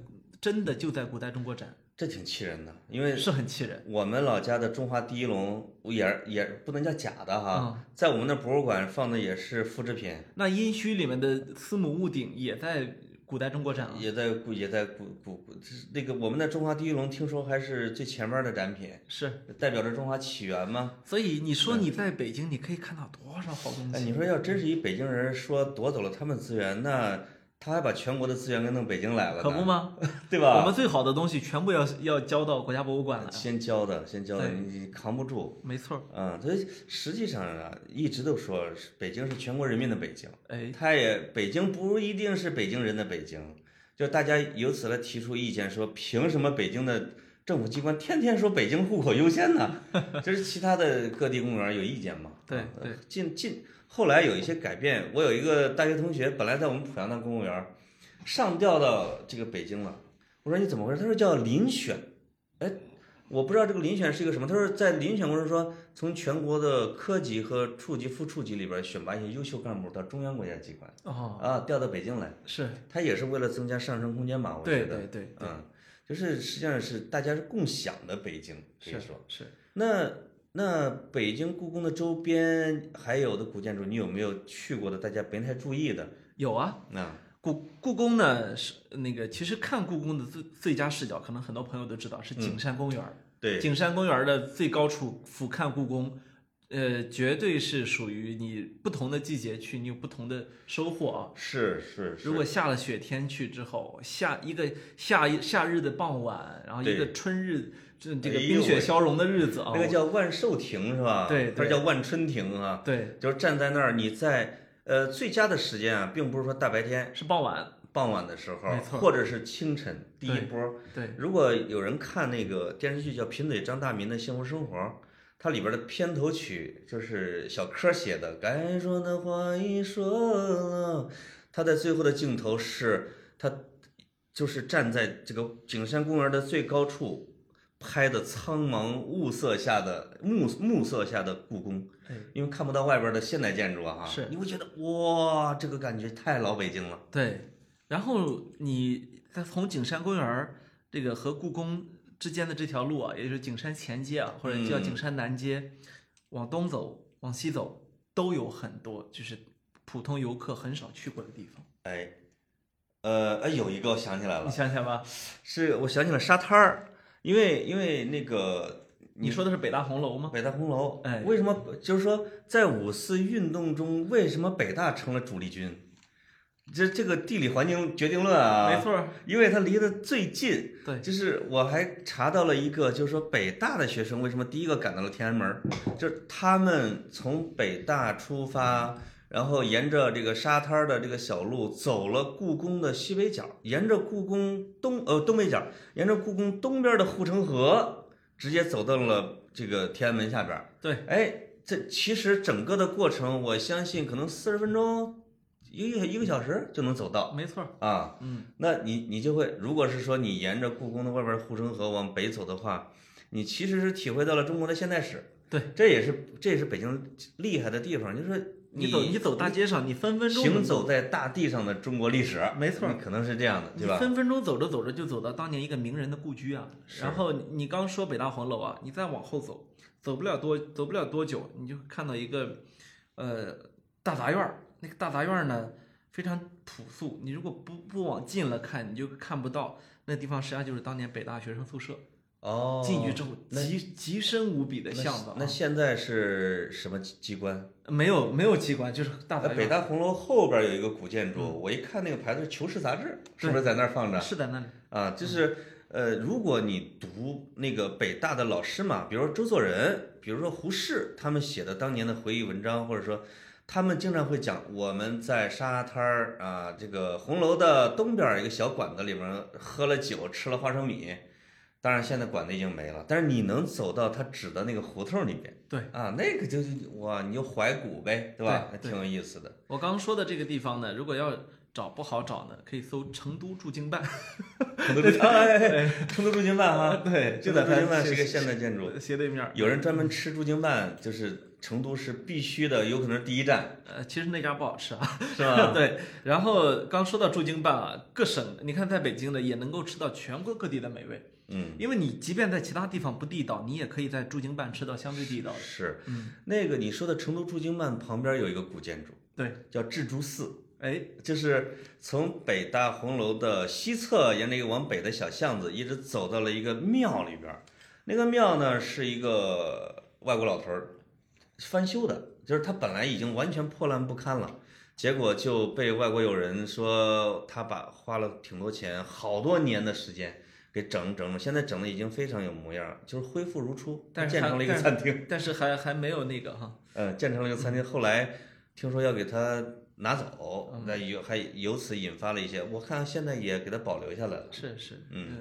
Speaker 1: 真的就在古代中国展，
Speaker 2: 这挺气人的，因为
Speaker 1: 是很气人。
Speaker 2: 我们老家的中华第一龙也也不能叫假的哈，
Speaker 1: 嗯
Speaker 2: 在我们那博物馆放的也是复制品，
Speaker 1: 那殷墟里面的司母戊鼎也在古代中国展啊，
Speaker 2: 也在古也在古古古这是那个我们的中华第一龙听说还是最前面的展品，
Speaker 1: 是。
Speaker 2: 代表着中华起源嘛。
Speaker 1: 所以你说你在北京，你可以看到多少好东
Speaker 2: 哎，
Speaker 1: 西？
Speaker 2: 你说要真是一北京人说夺走了他们资源，那他还把全国的资源给弄北京来了
Speaker 1: 可不
Speaker 2: 呢，
Speaker 1: 吗？
Speaker 2: 对
Speaker 1: 我
Speaker 2: 吧？
Speaker 1: 们最好的东西全部要要交到国家博物馆来。
Speaker 2: 先交的，先交的，
Speaker 1: 对
Speaker 2: 你你扛不住。
Speaker 1: 没错，
Speaker 2: 嗯，所以实际上啊，一直都说是北京是全国人民的北京。
Speaker 1: 哎，
Speaker 2: 他也北京不一定是北京人的北京，就是大家由此来提出意见说，凭什么北京的政府机关天天说北京户口优先 呢？这是其他的各地公务员有意见吗？
Speaker 1: 对
Speaker 2: 啊
Speaker 1: 对，
Speaker 2: 近近后来有一些改变，我有一个大学同学，本来在我们濮阳当公务员，上调到这个北京了。我说你怎么回事？他说叫遴选。哎，我不知道这个遴选是一个什么。他说在遴选过程中说，从全国的科级和处级、副处级里边选拔一些优秀干部到中央国家机关
Speaker 1: 哦，
Speaker 2: 啊，调到北京来。
Speaker 1: 是
Speaker 2: 他也是为了增加上升空间嘛，我觉
Speaker 1: 对
Speaker 2: 得，
Speaker 1: 对对，
Speaker 2: 嗯，就是实际上是大家是共享的北京，可以
Speaker 1: 是
Speaker 2: 说。
Speaker 1: 是，
Speaker 2: 那那北京故宫的周边还有的古建筑，你有没有去过的？大家没太注意的
Speaker 1: 有啊，
Speaker 2: 那
Speaker 1: 故故宫呢是那个，其实看故宫的最最佳视角，可能很多朋友都知道是景山公园儿。
Speaker 2: 嗯对，
Speaker 1: 景山公园儿的最高处俯瞰故宫，呃，绝对是属于你不同的季节去，你有不同的收获啊。
Speaker 2: 是是
Speaker 1: 如果下了雪天去之后，夏一个夏一夏日的傍晚，然后一个春日，这这个
Speaker 2: 哎呦
Speaker 1: 冰雪消融的日子啊，
Speaker 2: 那个叫万寿亭是吧？
Speaker 1: 对
Speaker 2: 它叫万春亭啊，
Speaker 1: 对，
Speaker 2: 就是站在那儿，你在呃最佳的时间啊，并不是说大白天。
Speaker 1: 是傍晚，
Speaker 2: 傍晚的时候
Speaker 1: 没，错
Speaker 2: 或者是清晨第一
Speaker 1: 对
Speaker 2: 波。
Speaker 1: 对，
Speaker 2: 如果有人看那个电视剧叫《贫嘴张大民的幸福生活》，它里边的片头曲就是小柯写的，该说的话已说了。他在最后的镜头是，他就是站在这个景山公园的最高处拍的苍茫雾色下的暮暮色下的故宫，
Speaker 1: 哎
Speaker 2: 因为看不到外边的现代建筑啊，
Speaker 1: 是
Speaker 2: 你会觉得哇，这个感觉太老北京了。
Speaker 1: 对，然后你再从景山公园儿这个和故宫之间的这条路啊，也就是景山前街啊，或者叫
Speaker 2: 嗯
Speaker 1: 景山南街，往东走、往西走，都有很多就是普通游客很少去过的地方。
Speaker 2: 哎，呃，哎，有一个我想起来
Speaker 1: 你
Speaker 2: 了，
Speaker 1: 想想吧，
Speaker 2: 是我想起了沙滩儿，因为因为那个
Speaker 1: 你说的是北大红楼吗？
Speaker 2: 北大红楼，
Speaker 1: 哎
Speaker 2: 为什么就是说在五四运动中，为什么北大成了主力军？这这个地理环境决定论啊，
Speaker 1: 没，错儿，
Speaker 2: 因为它离得最近。
Speaker 1: 对，
Speaker 2: 就是我还查到了一个，就是说北大的学生为什么第一个赶到了天安门儿，就是他们从北大出发，然后沿着这个沙滩儿的这个小路走了故宫的西北角，沿着故宫东呃东北角，沿着故宫东边的护城河，直接走到了这个天安门下边儿。
Speaker 1: 对，
Speaker 2: 哎，这其实整个的过程，我相信可能四十分钟，一个一个小时就能走到
Speaker 1: 没错儿，
Speaker 2: 啊。
Speaker 1: 嗯，
Speaker 2: 那你你就会，如果是说你沿着故宫的外边护城河往北走的话，你其实是体会到了中国的现代史。
Speaker 1: 对，
Speaker 2: 这也是这也是北京厉害的地方，就是
Speaker 1: 你走你走大街上，你分分钟
Speaker 2: 行
Speaker 1: 能
Speaker 2: 走在大地上的中国历史，
Speaker 1: 没错
Speaker 2: 你可能是这样的，
Speaker 1: 你
Speaker 2: 对吧？
Speaker 1: 分分钟走着走着就走到当年一个名人的故居啊。
Speaker 2: 是
Speaker 1: 然后你你刚说北大红楼啊，你再往后走，走不了多走不了多久，你就会看到一个呃大杂院儿。那个大杂院儿呢非常朴素，你如果不不往近了看，你就看不到那地方实际上就是当年北大学生宿舍。
Speaker 2: 哦，
Speaker 1: 进去之后
Speaker 2: 那
Speaker 1: 极极深无比的巷子啊
Speaker 2: 那。那现在是什么机机关？
Speaker 1: 没有没有机关，就是大嗯杂
Speaker 2: 呃北
Speaker 1: 院
Speaker 2: 大红楼后边有一个古建筑，我一看那个牌子是《求是》杂志，是不是在那儿放着
Speaker 1: 儿？是在那里。
Speaker 2: 啊，就是呃，如果你读那个北大的老师嘛，比如说周作人，比如说胡适，他们写的当年的回忆文章，或者说他们经常会讲我们在沙滩儿啊，这个红楼的东边儿一个小馆子里面喝了酒，吃了花生米。当然，现在馆子已经没了，但是你能走到他指的那个胡同里边，
Speaker 1: 对
Speaker 2: 啊，那个就是哇，你就怀古呗，对吧？
Speaker 1: 对对
Speaker 2: 挺有意 思的。
Speaker 1: 我刚刚说的这个地方呢，如果要找不好找呢，可以搜成都驻京办。
Speaker 2: 成都驻京， 哎成都驻京办 哈，
Speaker 1: 对啊
Speaker 2: 成
Speaker 1: 就
Speaker 2: 都
Speaker 1: 在
Speaker 2: 驻京
Speaker 1: 它
Speaker 2: 办是
Speaker 1: 斜
Speaker 2: 一个现代建筑，
Speaker 1: 斜对面儿。
Speaker 2: 有人专门吃驻京办，就是成都是必须的，有可能是第一站，
Speaker 1: 呃，其实那家不好吃啊，
Speaker 2: 是吧？
Speaker 1: 对。然后刚说到驻京办啊，各省你看在北京的也能够吃到全国各地的美味，
Speaker 2: 嗯，
Speaker 1: 因为你即便在其他地方不地道，你也可以在驻京办吃到相对地道的。
Speaker 2: 是
Speaker 1: 嗯，
Speaker 2: 那个你说的成都驻京办旁边有一个古建筑
Speaker 1: 对，
Speaker 2: 叫智珠寺，
Speaker 1: 哎，
Speaker 2: 就是从北大红楼的西侧沿着一个往北的小巷子，一直走到了一个庙里边儿。那个庙呢是一个外国老头儿翻修的，就是他本来已经完全破烂不堪了，结果就被外国友人说他把花了挺多钱，好多年的时间给整整了，现在整的已经非常有模样儿，就是恢复如初，
Speaker 1: 但是
Speaker 2: 建
Speaker 1: 他
Speaker 2: 成了一个
Speaker 1: 但
Speaker 2: 餐厅。
Speaker 1: 但是还还没有那个哈，
Speaker 2: 呃，建成了一个餐厅，后来听说要给他拿走，
Speaker 1: 嗯
Speaker 2: 那有还由此引发了一些，我看现在也给他保留下来了。
Speaker 1: 是是，
Speaker 2: 嗯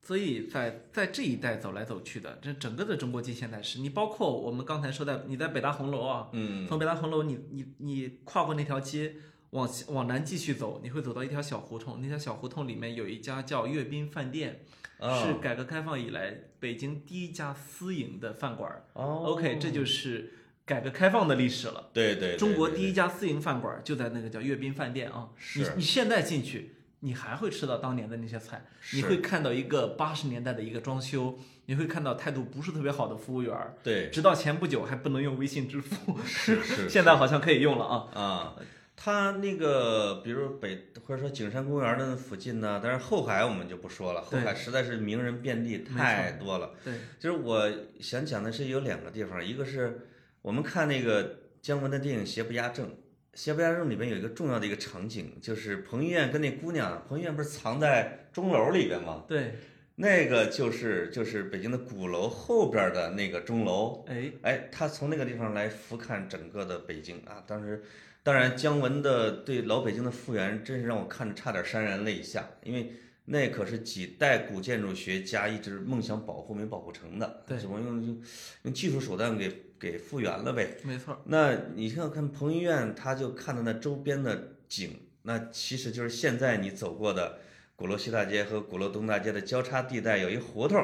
Speaker 1: 所以在在这一带走来走去的，这整个的中国近现代史，你包括我们刚才说的，你在北大红楼啊，
Speaker 2: 嗯，
Speaker 1: 从北大红楼你你你跨过那条街，往西往南继续走，你会走到一条小胡同，那条小胡同里面有一家叫阅兵饭店，
Speaker 2: 啊
Speaker 1: 是改革开放以来北京第一家私营的饭馆儿。
Speaker 2: 哦
Speaker 1: OK，这就是改革开放的历史了。
Speaker 2: 对对，
Speaker 1: 中国第
Speaker 2: 一
Speaker 1: 一家私营饭馆就在那个叫阅兵饭店啊。
Speaker 2: 是
Speaker 1: 你你现在进去，你还会吃到当年的那些菜，你
Speaker 2: 是
Speaker 1: 会看到一个八十年代的一个装修，你会看到态度不是特别好的服务员儿，
Speaker 2: 对
Speaker 1: 直到前不久还不能用微信支付，
Speaker 2: 是 是
Speaker 1: 现在好像可以用了啊。
Speaker 2: 啊，它那个比如北或者说景山公园的附近呢，但是后海我们就不说了，后
Speaker 1: 对
Speaker 2: 海实在是名人遍地，
Speaker 1: 错
Speaker 2: 太多了。
Speaker 1: 对，
Speaker 2: 就是我想讲的是有两个地方，一个是我们看那个姜文的电影《邪不压正》，《邪不压正》里面有一个重要的一个场景，就是彭于晏跟那姑娘，彭于晏不是藏在钟楼里边吗？
Speaker 1: 对，
Speaker 2: 那个就是就是北京的鼓楼后边的那个钟楼，
Speaker 1: 哎，
Speaker 2: 哎，他从那个地方来俯瞰整个的北京啊。当时，当然姜文的对老北京的复原，真是让我看着差点潸然泪下，因为那可是几代古建筑学家一直梦想保护没保护成的，
Speaker 1: 对
Speaker 2: 只不过用用用技术手段给给复原了呗。
Speaker 1: 没错儿，
Speaker 2: 那你看看彭于晏，他就看到那周边的景，那其实就是现在你走过的鼓楼西大街和鼓楼东大街的交叉地带有一胡同，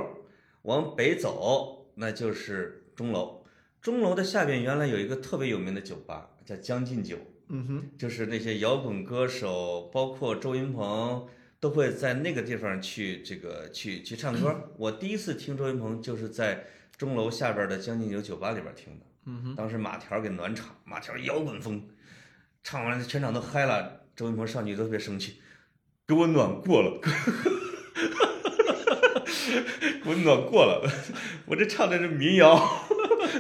Speaker 2: 往北走那就是钟楼，钟楼的下边原来有一个特别有名的酒吧叫将进酒，
Speaker 1: 嗯哼，
Speaker 2: 就是那些摇滚歌手，包括周云鹏。都会在那个地方去这个去去唱 歌。我第一次听周云鹏就是在钟楼下边的将进酒酒吧里边听的。
Speaker 1: 嗯哼，
Speaker 2: 当时马条给暖场，马条摇滚风，唱完了全场都嗨了。周云鹏上去都特别生气，给我暖过了， 给我暖过了，我这唱的是民谣，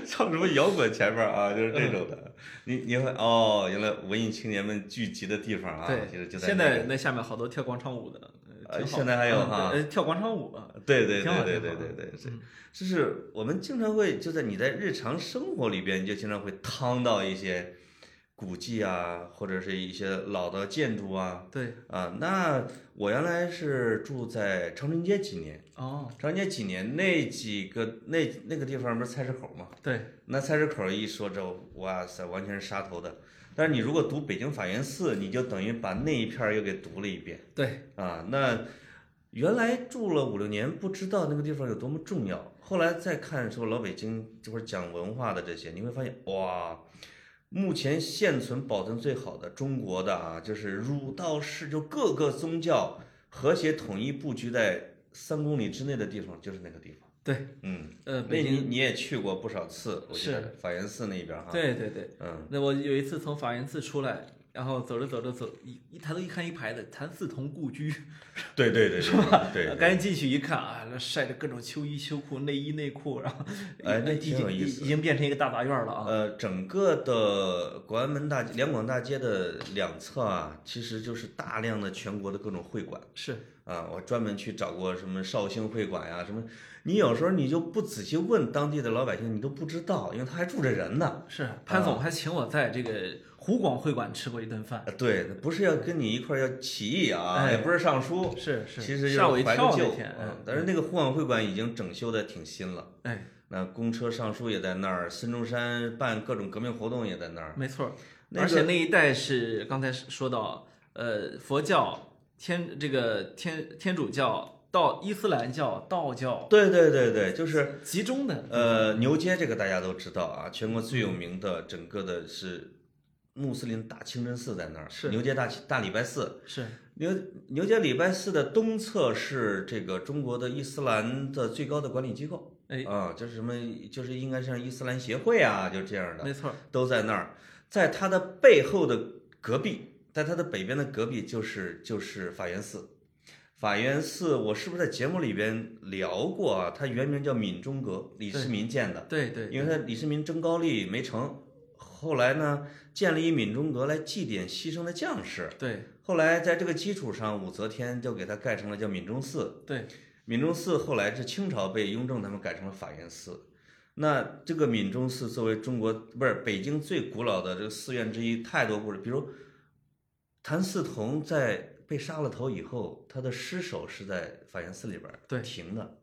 Speaker 2: 唱什么摇滚前面啊，就是这种的。
Speaker 1: 嗯
Speaker 2: 你你会哦，原来文艺青年们聚集的地方啊，其实
Speaker 1: 对，
Speaker 2: 就
Speaker 1: 现
Speaker 2: 在那
Speaker 1: 在
Speaker 2: 个
Speaker 1: 那下面好多跳广场舞的，
Speaker 2: 呃
Speaker 1: 呃挺好
Speaker 2: 现在还有
Speaker 1: 嗯
Speaker 2: 哈
Speaker 1: 对呃，跳广场舞啊，
Speaker 2: 对对
Speaker 1: 挺
Speaker 2: 对
Speaker 1: 好
Speaker 2: 对
Speaker 1: 挺
Speaker 2: 对
Speaker 1: 好
Speaker 2: 对对对
Speaker 1: 嗯，
Speaker 2: 就是我们经常会就在你在日常生活里边，你就经常会趟到一些古迹啊，或者是一些老的建筑啊
Speaker 1: 对，
Speaker 2: 啊。那我原来是住在长春街几年，
Speaker 1: 哦，
Speaker 2: 长春街几年那几个那那个地方不是菜市口嘛？
Speaker 1: 对，
Speaker 2: 那菜市口一说这，哇塞，完全是杀头的。但是你如果读北京法源寺，你就等于把那一片儿又给读了一遍。
Speaker 1: 对，
Speaker 2: 啊，那原来住了五六年，不知道那个地方有多么重要。后来再看说老北京这会儿讲文化的这些，你会发现哇，目前现存保存最好的中国的啊，就是儒道释，就各个宗教和谐统一布局在三公里之内的地方，就是那个地方。
Speaker 1: 对，
Speaker 2: 嗯，
Speaker 1: 呃，
Speaker 2: 那
Speaker 1: 北
Speaker 2: 你
Speaker 1: 京，
Speaker 2: 你也去过不少次，我记得法源寺那边哈。，
Speaker 1: 对对对。
Speaker 2: 嗯，
Speaker 1: 那我有一次从法源寺出来，然后走着走着走，一一抬头一看一排的“谭嗣同故居
Speaker 2: 对对 对，是吧”，
Speaker 1: 赶紧进去一看啊，那晒着各种秋衣秋裤、内衣内裤，然后
Speaker 2: 哎那
Speaker 1: 已
Speaker 2: 挺有
Speaker 1: 经
Speaker 2: 意
Speaker 1: 已
Speaker 2: 思
Speaker 1: 已经变成一个大杂院了啊。
Speaker 2: 呃，整个的广安门大街、两广大街的两侧啊，其实就是大量的全国的各种会馆
Speaker 1: 是，
Speaker 2: 啊。我专门去找过什么绍兴会馆呀、什么。你有时候你就不仔细问当地的老百姓，你都不知道，因为他还住着人呢。
Speaker 1: 是，啊潘总还请我在这个湖广会馆吃过一顿饭，
Speaker 2: 啊对，不是要跟你一块儿要起义啊，
Speaker 1: 哎
Speaker 2: 也不是上书，
Speaker 1: 是是，
Speaker 2: 其实
Speaker 1: 吓
Speaker 2: 就
Speaker 1: 我
Speaker 2: 是
Speaker 1: 一
Speaker 2: 怀
Speaker 1: 跳
Speaker 2: 个旧
Speaker 1: 那。天，
Speaker 2: 嗯，但是那个湖广会馆已经整修的挺新了，
Speaker 1: 哎，
Speaker 2: 那公车上书也在那儿，孙中山办各种革命活动也在那儿。
Speaker 1: 没错儿，
Speaker 2: 那
Speaker 1: 而且
Speaker 2: 个
Speaker 1: 那一带是刚才说到，呃，佛教、天这个天天主教、道伊斯兰教、道教
Speaker 2: 对对对对，就是。
Speaker 1: 集中的，
Speaker 2: 呃，牛街这个大家都知道啊，全国最有名的整个的是穆斯林大清真寺在那儿，
Speaker 1: 是
Speaker 2: 牛街大清大礼拜寺。
Speaker 1: 是
Speaker 2: 牛牛街礼拜寺的东侧是这个中国的伊斯兰的最高的管理机构，
Speaker 1: 哎，
Speaker 2: 啊，就是什么，就是应该像伊斯兰协会啊，就这样的
Speaker 1: 没错儿，
Speaker 2: 都在那儿。在它的背后的隔壁，在它的北边的隔壁就是就是法源寺。法源寺，我是不是在节目里边聊过啊？它原名叫闽中阁，李世民建的。
Speaker 1: 对对，
Speaker 2: 因为他李世民征高丽没成，后来呢建立一闽中阁来祭奠牺牲的将士。
Speaker 1: 对
Speaker 2: 后来在这个基础上，武则天就给他盖成了叫闽中寺。
Speaker 1: 对，
Speaker 2: 闽中寺后来是清朝被雍正他们改成了法源寺。那这个闽中寺作为中国不是北京最古老的这个寺院之一，太多故事。比如谭嗣同在被杀了头以后，他的尸首是在法源寺里边儿
Speaker 1: 对
Speaker 2: 停的。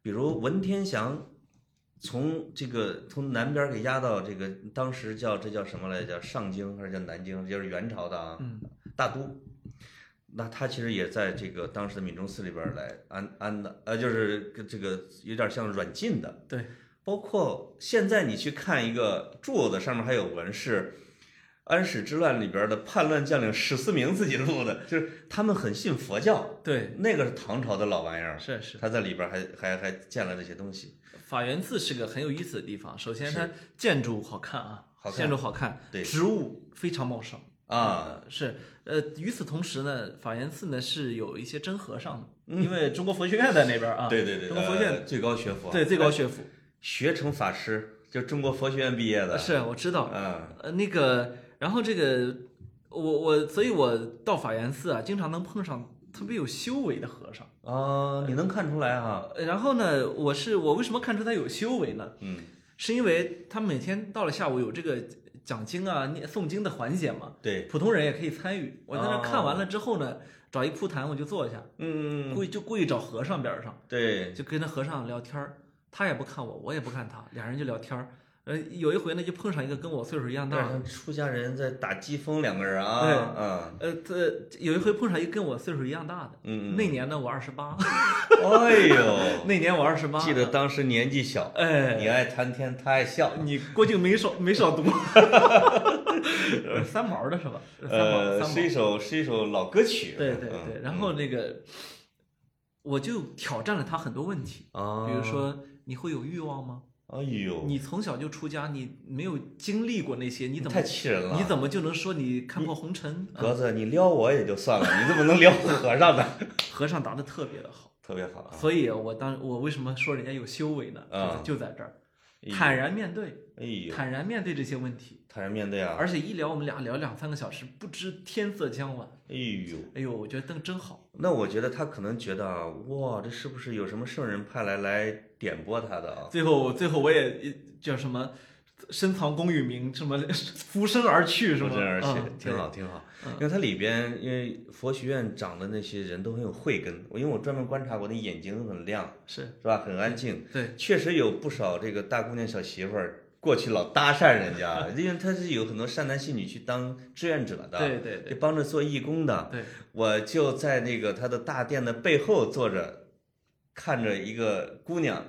Speaker 2: 比如文天祥从这个从南边儿给押到这个当时叫这叫什么来着？上京还是叫南京？就是元朝的啊，
Speaker 1: 嗯
Speaker 2: 大都。那他其实也在这个当时的闽中寺里边儿来安安的，呃，就是跟这个有点像软禁的。
Speaker 1: 对，
Speaker 2: 包括现在你去看一个柱子，上面还有文是安史之乱里边的叛乱将领史思明自己录的，就是他们很信佛教，
Speaker 1: 对，
Speaker 2: 那个是唐朝的老玩意儿，
Speaker 1: 是是。
Speaker 2: 他在里边还还还建了那些东西。
Speaker 1: 法源寺是个很有意思的地方。首先，
Speaker 2: 是
Speaker 1: 它建筑好看啊，
Speaker 2: 好看
Speaker 1: 建筑好看，
Speaker 2: 对
Speaker 1: 植物非常茂盛
Speaker 2: 啊，
Speaker 1: 呃是，呃，与此同时呢，法源寺呢是有一些真和尚的，因为中国佛学院在那边啊，
Speaker 2: 嗯 对对对，
Speaker 1: 中国佛
Speaker 2: 呃
Speaker 1: 学院
Speaker 2: 最高学府，
Speaker 1: 对最高学府
Speaker 2: 学成法师，就中国佛学院毕业的，
Speaker 1: 是啊我知道，
Speaker 2: 嗯，
Speaker 1: 呃，那个，然后这个，我我，所以我到法源寺啊，经常能碰上特别有修为的和尚。
Speaker 2: 啊，你能看出来哈，
Speaker 1: 呃然后呢，我是我为什么看出他有修为呢？
Speaker 2: 嗯，
Speaker 1: 是因为他每天到了下午有这个讲经啊、念诵经的环节嘛，
Speaker 2: 对，
Speaker 1: 普通人也可以参与。我在那
Speaker 2: 哦
Speaker 1: 看完了之后呢，找一铺坛我就坐下，
Speaker 2: 嗯，
Speaker 1: 故意就故意找和尚边上，
Speaker 2: 对，
Speaker 1: 就跟那和尚聊天儿，他也不看我，我也不看他，俩人就聊天儿。呃，有一回呢，就碰上一个跟我岁数一样
Speaker 2: 有
Speaker 1: 大
Speaker 2: 点
Speaker 1: 的，
Speaker 2: 像出家人在打机锋，两个人啊，
Speaker 1: 对
Speaker 2: 嗯
Speaker 1: 呃，这有一回碰上一个跟我岁数一样大的，
Speaker 2: 嗯，
Speaker 1: 那年呢我二十八，
Speaker 2: 哎 呦，
Speaker 1: 那年我二十八，
Speaker 2: 记得当时年纪小，
Speaker 1: 哎，
Speaker 2: 你爱谈天，他爱笑，
Speaker 1: 你郭靖没少没少读，三毛的是吧？三毛，三
Speaker 2: 呃，
Speaker 1: 毛，
Speaker 2: 是一首是一首老歌曲，
Speaker 1: 对对
Speaker 2: 嗯
Speaker 1: 对，然后那个我就挑战了他很多问题，
Speaker 2: 啊，
Speaker 1: 比如，说你会有欲望吗？
Speaker 2: 哎呦，
Speaker 1: 你从小就出家，你没有经历过那些，你怎么
Speaker 2: 太气人了，
Speaker 1: 你怎么就能说你看破红尘？啊
Speaker 2: 格子，你撩我也就算了，你怎么能撩和尚呢？
Speaker 1: 和尚答的特别的好。
Speaker 2: 特别好啊，
Speaker 1: 所以我当我为什么说人家有修为呢？
Speaker 2: 啊
Speaker 1: 就在就在这儿，
Speaker 2: 哎呦
Speaker 1: 坦然面对，
Speaker 2: 哎呦，
Speaker 1: 坦然面对这些问题。
Speaker 2: 坦然面对啊，
Speaker 1: 而且一聊我们俩聊两三个小时，不知天色将晚。
Speaker 2: 哎呦。
Speaker 1: 哎呦，我觉得真真好。
Speaker 2: 那我觉得他可能觉得啊，哇，这是不是有什么圣人派来来点拨他的啊？
Speaker 1: 最后最后我也叫什么，深藏功与名，什么 拂身而去，什
Speaker 2: 不
Speaker 1: 么
Speaker 2: 知而且
Speaker 1: 嗯
Speaker 2: 挺好，挺好。
Speaker 1: 嗯
Speaker 2: 因为它里边，因为佛学院长的那些人都很有慧根，我因为我专门观察过，那眼睛都很亮，
Speaker 1: 对是
Speaker 2: 是吧？很安静。
Speaker 1: 对，
Speaker 2: 确实有不少这个大姑娘小媳妇儿过去老搭讪人家，啊因为他是有很多善男信女去当志愿者的，
Speaker 1: 对对对
Speaker 2: 就帮着做义工的。
Speaker 1: 对，
Speaker 2: 我就在那个他的大殿的背后坐着，看着一个姑娘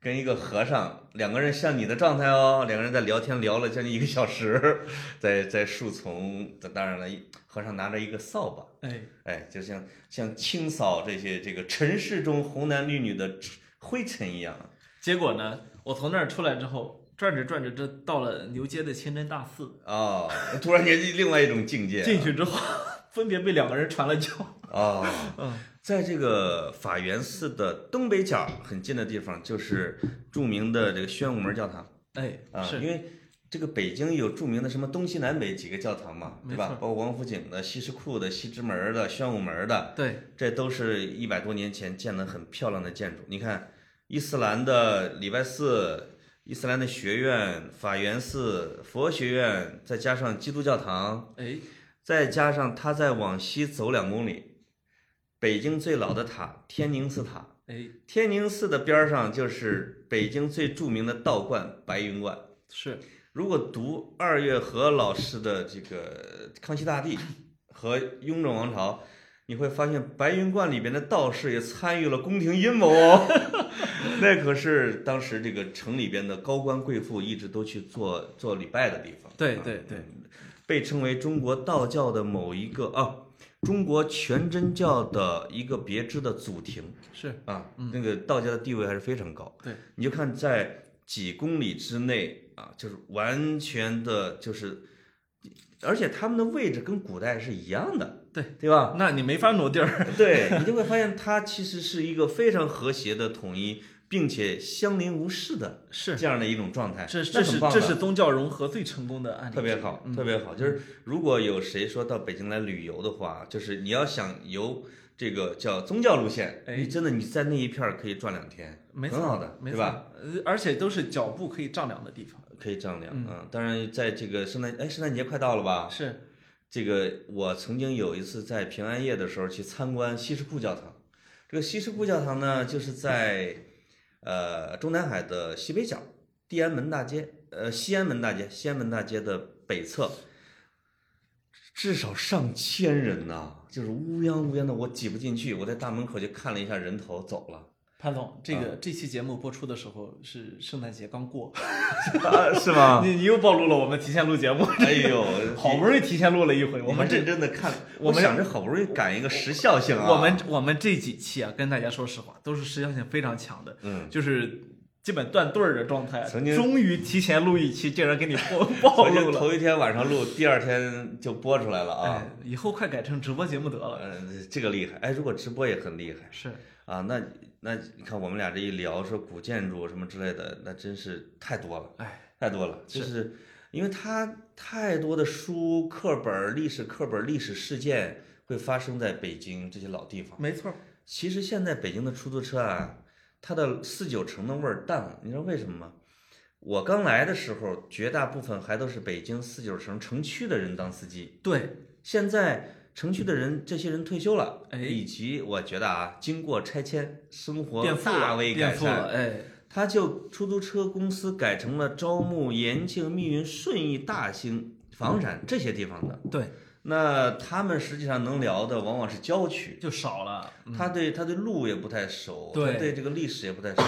Speaker 2: 跟一个和尚，两个人像你的状态哦，两个人在聊天，聊了将近一个小时， 在在树丛，当然了，和尚拿着一个扫把，
Speaker 1: 哎，
Speaker 2: 哎，就像像清扫这些这个尘世中红男绿女的灰尘一样。
Speaker 1: 结果呢，我从那儿出来之后，转着转着，这到了牛街的清真大寺，
Speaker 2: 哦，突然间另外一种境 界啊、
Speaker 1: 进去之后，分别被两个人传了教。
Speaker 2: 哦，
Speaker 1: 嗯，
Speaker 2: 在这个法源寺的东北角很近的地方，就是著名的这个宣武门教堂
Speaker 1: 哎，
Speaker 2: 啊，
Speaker 1: 是
Speaker 2: 因为这个北京有著名的什么东西南北几个教堂嘛，
Speaker 1: 没
Speaker 2: 对
Speaker 1: 错
Speaker 2: 吧？包括王府井的、西直库的、西直门的、宣武门的，
Speaker 1: 对。
Speaker 2: 这都是一百多年前建的很漂亮的建筑。你看，伊斯兰的礼拜寺。伊斯兰的学院、法源寺、佛学院，再加上基督教堂，
Speaker 1: 哎，
Speaker 2: 再加上他再往西走两公里，北京最老的塔天宁寺塔，
Speaker 1: 哎，
Speaker 2: 天宁寺的边儿上就是北京最著名的道观白云观。
Speaker 1: 是
Speaker 2: 如果读二月河老师的这个《康熙大帝》和《雍正王朝》，你会发现白云观里边的道士也参与了宫廷阴谋哦。 那可是当时这个城里边的高官贵妇一直都去做做礼拜的地方。
Speaker 1: 对
Speaker 2: 啊
Speaker 1: 对对，
Speaker 2: 被称为中国道教的某一个啊，中国全真教的一个别支的祖庭
Speaker 1: 是，
Speaker 2: 啊
Speaker 1: 嗯，
Speaker 2: 那个道家的地位还是非常高。
Speaker 1: 对，
Speaker 2: 你就看在几公里之内啊，就是完全的，就是，而且他们的位置跟古代是一样的，
Speaker 1: 对
Speaker 2: 对吧？
Speaker 1: 啊那你没法挪地儿。
Speaker 2: 对你就会发现它其实是一个非常和谐的、统一，并且相邻无视的
Speaker 1: 是，
Speaker 2: 这样的一种状态。
Speaker 1: 这
Speaker 2: 哎
Speaker 1: 这
Speaker 2: 那很
Speaker 1: 是
Speaker 2: 棒
Speaker 1: 这
Speaker 2: 的
Speaker 1: 是啊宗教融合最成功的案例，
Speaker 2: 特别好，
Speaker 1: 嗯
Speaker 2: 特别好。就是如果有谁说到北京来旅游的话，就是你要想游这个叫宗教路线，
Speaker 1: 哎
Speaker 2: 你真的你在那一片儿可以转两天，
Speaker 1: 没错，
Speaker 2: 很好的，
Speaker 1: 没
Speaker 2: 对
Speaker 1: 错
Speaker 2: 吧？？
Speaker 1: 呃而且都是脚步可以丈量的地方。
Speaker 2: 可以丈量
Speaker 1: 嗯
Speaker 2: 啊。当然，在这个圣诞，哎，圣诞节快到了吧？
Speaker 1: 是，
Speaker 2: 这个我曾经有一次在平安夜的时候去参观西什库教堂。这个西什库教堂呢，就是在呃中南海的西北角，地安门大街，呃西安门大街，西安门大街的北侧。至少上千人呐、就是乌泱乌泱的，我挤不进去。我在大门口就看了一下人头，走了。
Speaker 1: 潘
Speaker 2: 啊
Speaker 1: 总，这个、这期节目播出的时候是圣诞节刚过，
Speaker 2: 啊、是吗？
Speaker 1: 你你又暴露了我们提前录节目，
Speaker 2: 哎呦，
Speaker 1: 好不容易提前录了一回，我
Speaker 2: 我
Speaker 1: 们
Speaker 2: 们
Speaker 1: 这
Speaker 2: 认真的看，
Speaker 1: 我们
Speaker 2: 想着好不容易赶一个时效性啊，
Speaker 1: 我们我们这几期啊，跟大家说实话，都是时效性非常强的，
Speaker 2: 嗯，
Speaker 1: 就是基本断对儿的状态。
Speaker 2: 曾经
Speaker 1: 终于提前录一期，竟然给你暴 暴
Speaker 2: 我
Speaker 1: 露
Speaker 2: 就
Speaker 1: 了。
Speaker 2: 头一天晚 上录，第二天就播出来了啊。
Speaker 1: 哎，以后快改成直播节目得了。
Speaker 2: 嗯，这个厉害，哎，如果直播也很厉害
Speaker 1: 是，
Speaker 2: 啊。那那你看我们俩这一聊，说古建筑什么之类的，那真是太多了，
Speaker 1: 哎，
Speaker 2: 太多了。
Speaker 1: 是
Speaker 2: 就是因为它太多的书、课本儿、历史课本儿、历史事件会发生在北京这些老地方。
Speaker 1: 没错，
Speaker 2: 其实现在北京的出租车啊，它的四九城的味儿淡了，你知道为什么吗？我刚来的时候，绝大部分还都是北京四九城城区的人当司机。
Speaker 1: 对，
Speaker 2: 现在城区的人，这些人退休了，
Speaker 1: 哎
Speaker 2: 以及我觉得啊，经过拆迁，生活
Speaker 1: 变富
Speaker 2: 大
Speaker 1: 了，
Speaker 2: 为
Speaker 1: 变
Speaker 2: 改
Speaker 1: 富了，
Speaker 2: 善，
Speaker 1: 哎，
Speaker 2: 他就出租车公司改成了招募延庆、密云、顺义、大兴、房山这些地方的。
Speaker 1: 对，
Speaker 2: 那他们实际上能聊的往往是郊区，
Speaker 1: 就少了。嗯
Speaker 2: 他对他对路也不太熟，
Speaker 1: 对
Speaker 2: 他对这个历史也不 太熟，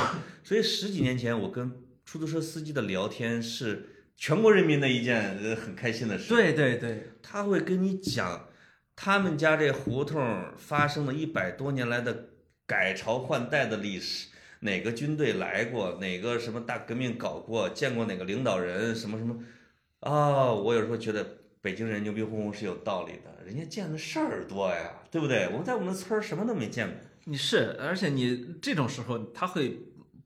Speaker 2: 所以十几年前我跟出租车司机的聊天是全国人民的一件呃很开心的事。，
Speaker 1: 对对对，
Speaker 2: 他会跟你讲他们家这胡同发生了一百多年来的改朝换代的历史，哪个军队来过，哪个什么大革命搞过，见过哪个领导人，什么什么。啊、我有时候觉得北京人牛逼哄哄是有道理的，人家见的事儿多呀，对不对？我们在我们村儿什么都没见过。
Speaker 1: 你是，而且你这种时候他会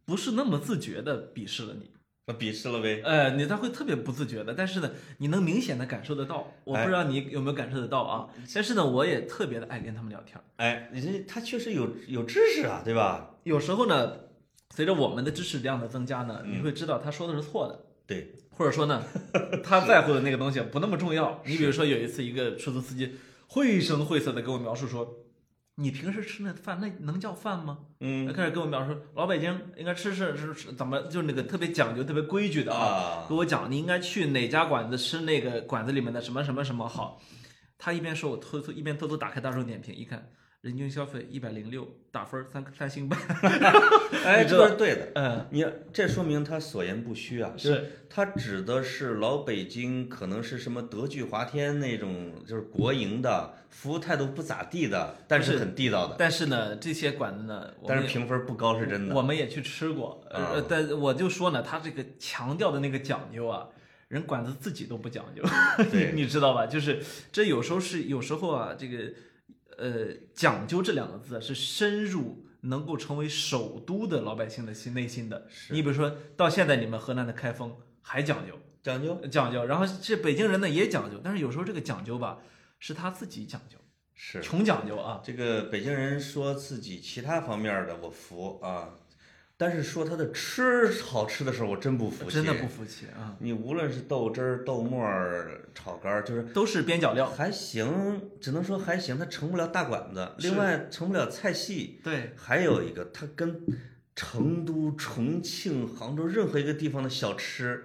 Speaker 1: 不是那么自觉的鄙视了你。
Speaker 2: 那鄙视了呗。
Speaker 1: 呃，你他会特别不自觉的，但是呢，你能明显的感受得到。我
Speaker 2: 哎
Speaker 1: 不知道你有没有感受得到啊，但是呢，我也特别的爱跟他们聊天儿。
Speaker 2: 哎，你这他确实有有知识啊，对吧？
Speaker 1: 有时候呢，随着我们的知识量的增加呢，
Speaker 2: 嗯
Speaker 1: 你会知道他说的是错的，
Speaker 2: 对，
Speaker 1: 或者说呢，他在乎的那个东西不那么重要。你比如说有一次，一个出租司机绘声绘色的跟我描述说。你平时吃那饭，那能叫饭吗？
Speaker 2: 嗯
Speaker 1: 他开始跟我描述老北京应该吃是是是怎么，就是那个特别讲究、特别规矩的啊。
Speaker 2: 啊，
Speaker 1: 给我讲你应该去哪家馆子吃那个馆子里面的什么什么什么好。他一边说，我偷偷一边偷偷打开大众点评一看，人均消费一百零六，打分三三星半。
Speaker 2: 哎，
Speaker 1: 你知
Speaker 2: 这
Speaker 1: 道
Speaker 2: 个是对的。
Speaker 1: 嗯，
Speaker 2: 你这说明他所言不虚啊，就是他指的是老北京，可能是什么德聚华天那种，就是国营的，服务态度不咋地的，但是
Speaker 1: 是
Speaker 2: 很地道的，
Speaker 1: 但是呢，这些馆子呢，我
Speaker 2: 但
Speaker 1: 们
Speaker 2: 是评分不高是真的。
Speaker 1: 我们也去吃过，呃，
Speaker 2: 啊
Speaker 1: 但我就说呢，他这个强调的那个讲究啊，人馆子自己都不讲究，
Speaker 2: 对
Speaker 1: 你你知道吧？就是这有时候是有时候啊，这个呃讲究这两个字啊是深入。能够成为首都的老百姓的心内心的，
Speaker 2: 是哎
Speaker 1: 你比如说到现在你们河南的开封还讲究
Speaker 2: 讲究
Speaker 1: 讲究，然后这北京人呢也讲究，但是有时候这个讲究吧是他自己讲究，
Speaker 2: 是
Speaker 1: 穷讲究啊，
Speaker 2: 这个北京人说自己其他方面的我服啊，但是说他的吃好吃的时候我真不服气，
Speaker 1: 真的不服气啊，
Speaker 2: 你无论是豆汁儿、豆沫儿、炒肝儿，就是
Speaker 1: 都是边角料，
Speaker 2: 还行，只能说还行，它成不了大馆子。
Speaker 1: 是
Speaker 2: 另外，成不了菜系。
Speaker 1: 对，
Speaker 2: 还有一个，它跟成都、重庆、杭州任何一个地方的小吃，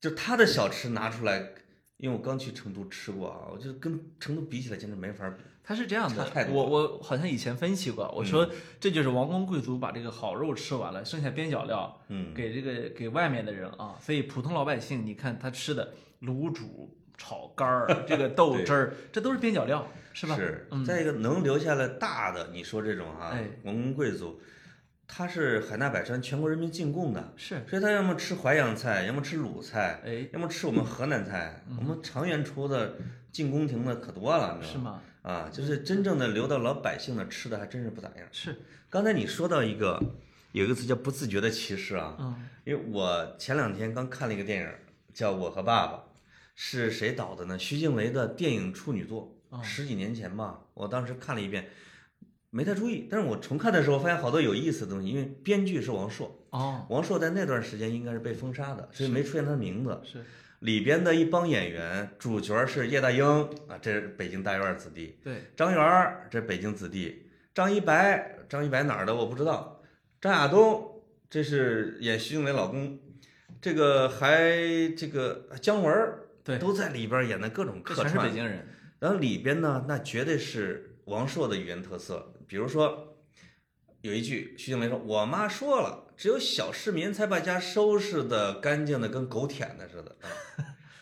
Speaker 2: 就它的小吃拿出来，因为我刚去成都吃过啊，我就跟成都比起来简直没法比。
Speaker 1: 它是这样的
Speaker 2: 差太，多嗯
Speaker 1: 我我好像以前分析过，我说这就是王公贵族把这个好肉吃完了，剩下边角料
Speaker 2: 嗯，
Speaker 1: 给这个给外面的人啊，所以普通老百姓你看他吃的卤煮、炒肝 儿、这个豆汁儿，这都是边角料，是吧？
Speaker 2: 是
Speaker 1: 嗯，
Speaker 2: 再一个能留下来大的，你说这种啊
Speaker 1: 哎，
Speaker 2: 王公贵族，他是海纳百川，全国人民进贡的，
Speaker 1: 是，
Speaker 2: 所以他要么吃淮扬菜，要么吃鲁菜，
Speaker 1: 哎，
Speaker 2: 要么吃我们河南菜，
Speaker 1: 嗯
Speaker 2: 我们长远厨的进宫廷的可多了，你知
Speaker 1: 是
Speaker 2: 道吗？
Speaker 1: 吗？
Speaker 2: 啊，就是真正的留到老百姓那儿吃的还真是不咋样。
Speaker 1: 是，
Speaker 2: 刚才你说到一个，有一个词叫不自觉的歧视啊，
Speaker 1: 嗯，
Speaker 2: 因为我前两天刚看了一个电影，叫《我和爸爸》，是谁导的呢？徐静蕾的电影处女作，
Speaker 1: 哦
Speaker 2: 十几年前吧，我当时看了一遍，没太注意，但是我重看的时候发现好多有意思的东西，因为编剧是王朔，
Speaker 1: 哦，
Speaker 2: 王朔在那段时间应该是被封杀的，所以没出现他的名字。
Speaker 1: 是
Speaker 2: 里边的一帮演员，主角是叶大鹰啊，这是北京大院儿子弟；
Speaker 1: 对，
Speaker 2: 张元儿这北京子弟；张一白，张一白哪儿的我不知道；张亚东这是演徐静蕾老公，这个还这个姜文儿
Speaker 1: 对
Speaker 2: 都在里边演的各种
Speaker 1: 这
Speaker 2: 客
Speaker 1: 全是
Speaker 2: 串
Speaker 1: 北，京人，
Speaker 2: 然后里边呢，那绝对是王朔的语言特色。比如说，有一句徐静蕾说：“我妈说了，只有小市民才把家收拾的干净的跟狗舔的似的，啊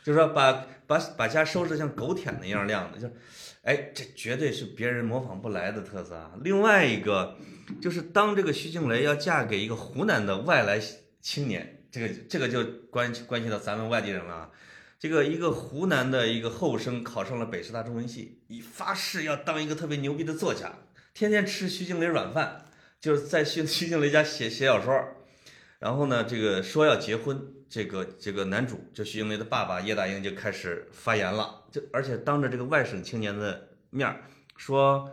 Speaker 2: 就是说把把把家收拾得像狗舔的一样亮的，就是，哎，这绝对是别人模仿不来的特色啊。另外一个就是，当这个徐静蕾要嫁给一个湖南的外来青年，这个这个就关关系到咱们外地人了啊。这个一个湖南的一个后生考上了北师大中文系，以发誓要当一个特别牛逼的作家，天天吃徐静蕾软饭，就是在徐 徐静蕾家写写小说。然后呢，这个说要结婚，这个这个男主就徐静蕾的爸爸叶大鹰就开始发言了，就而且当着这个外省青年的面儿说：“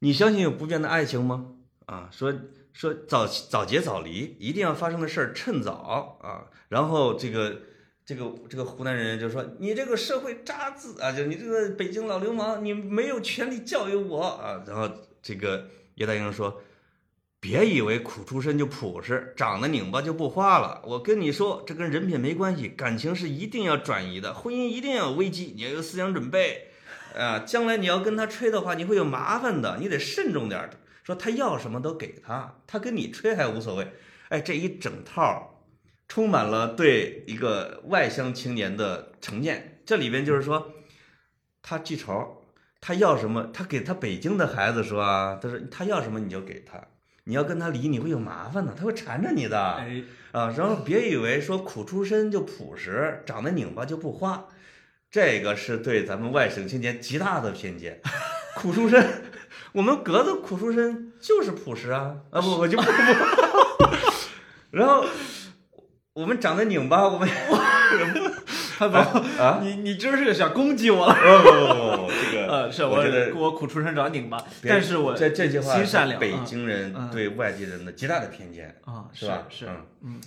Speaker 2: 你相信有不变的爱情吗？”啊，说说早早结早离，一定要发生的事儿趁早啊。然后这个这个这个湖南人就说：“你这个社会渣子啊，就你这个北京老流氓，你没有权利教育我啊。”然后这个叶大鹰说：“别以为苦出身就朴实，长得拧巴就不花了。我跟你说，这跟人品没关系，感情是一定要转移的，婚姻一定要有危机，你要有思想准备。啊，将来你要跟他吹的话，你会有麻烦的，你得慎重点儿。说他要什么都给他，他跟你吹还无所谓。哎，这一整套充满了对一个外乡青年的成见。这里边就是说，他记仇，他要什么，他给他北京的孩子说啊，他说他要什么你就给他。你要跟他离，你会有麻烦的，他会缠着你的啊。
Speaker 1: 哎，
Speaker 2: 然后别以为说苦出身就朴实，长得拧巴就不花，这个是对咱们外省青年极大的偏见。苦出身，我们格子苦出身就是朴实啊啊不我就不不。 然后我们长得拧巴，我们
Speaker 1: 潘总，
Speaker 2: 啊
Speaker 1: 你你真是想攻击我了？
Speaker 2: 不不不不这个
Speaker 1: 呃，是
Speaker 2: 嗯我觉得
Speaker 1: 给我苦出身长拧巴，
Speaker 2: 别
Speaker 1: 但是我
Speaker 2: 这这句话
Speaker 1: 心
Speaker 2: 是
Speaker 1: 善良
Speaker 2: 北
Speaker 1: 啊
Speaker 2: 京人
Speaker 1: 嗯
Speaker 2: 对外地人的极大的偏见，
Speaker 1: 啊，
Speaker 2: 是
Speaker 1: 是
Speaker 2: 吧
Speaker 1: 是
Speaker 2: 嗯，
Speaker 1: 嗯，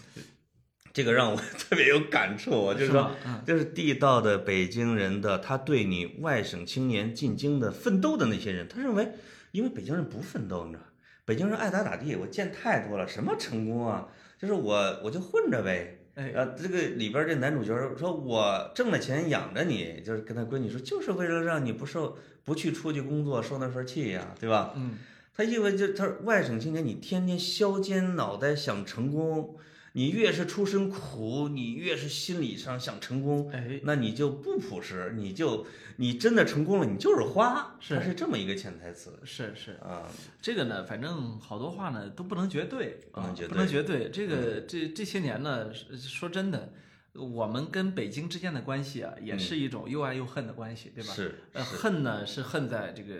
Speaker 2: 这个让我 特别有感触。我就是
Speaker 1: 是
Speaker 2: 说
Speaker 1: 吗，嗯
Speaker 2: 就是地道的北京人的，他对你外省青年进京的奋斗的那些人，他认为，因为北京人不奋斗，你知道，北京人爱咋咋地，我见太多了，什么成功啊，就是我我就混着呗。
Speaker 1: 哎，
Speaker 2: 呃，这个里边这男主角说，我挣了钱养着你，就是跟他闺女说，就是为了让你不受不去出去工作受那份气呀、对吧？
Speaker 1: 嗯，
Speaker 2: 他意味着他说外省青年，你天天削尖脑袋想成功，你越是出身苦，你越是心理上想成功，
Speaker 1: 哎，
Speaker 2: 那你就不朴实，你就你真的成功了，你就是花，
Speaker 1: 是
Speaker 2: 它是这么一个潜台词
Speaker 1: 是是。
Speaker 2: 啊。
Speaker 1: 这个呢，反正好多话呢都不能绝对，
Speaker 2: 不能
Speaker 1: 啊
Speaker 2: 绝嗯
Speaker 1: 不能绝对。这个这这些年呢，是说真的，我们跟北京之间的关系啊，也是一种又爱又恨的关系，对吧？
Speaker 2: 嗯是
Speaker 1: 呃，
Speaker 2: 是
Speaker 1: 恨呢是恨在这个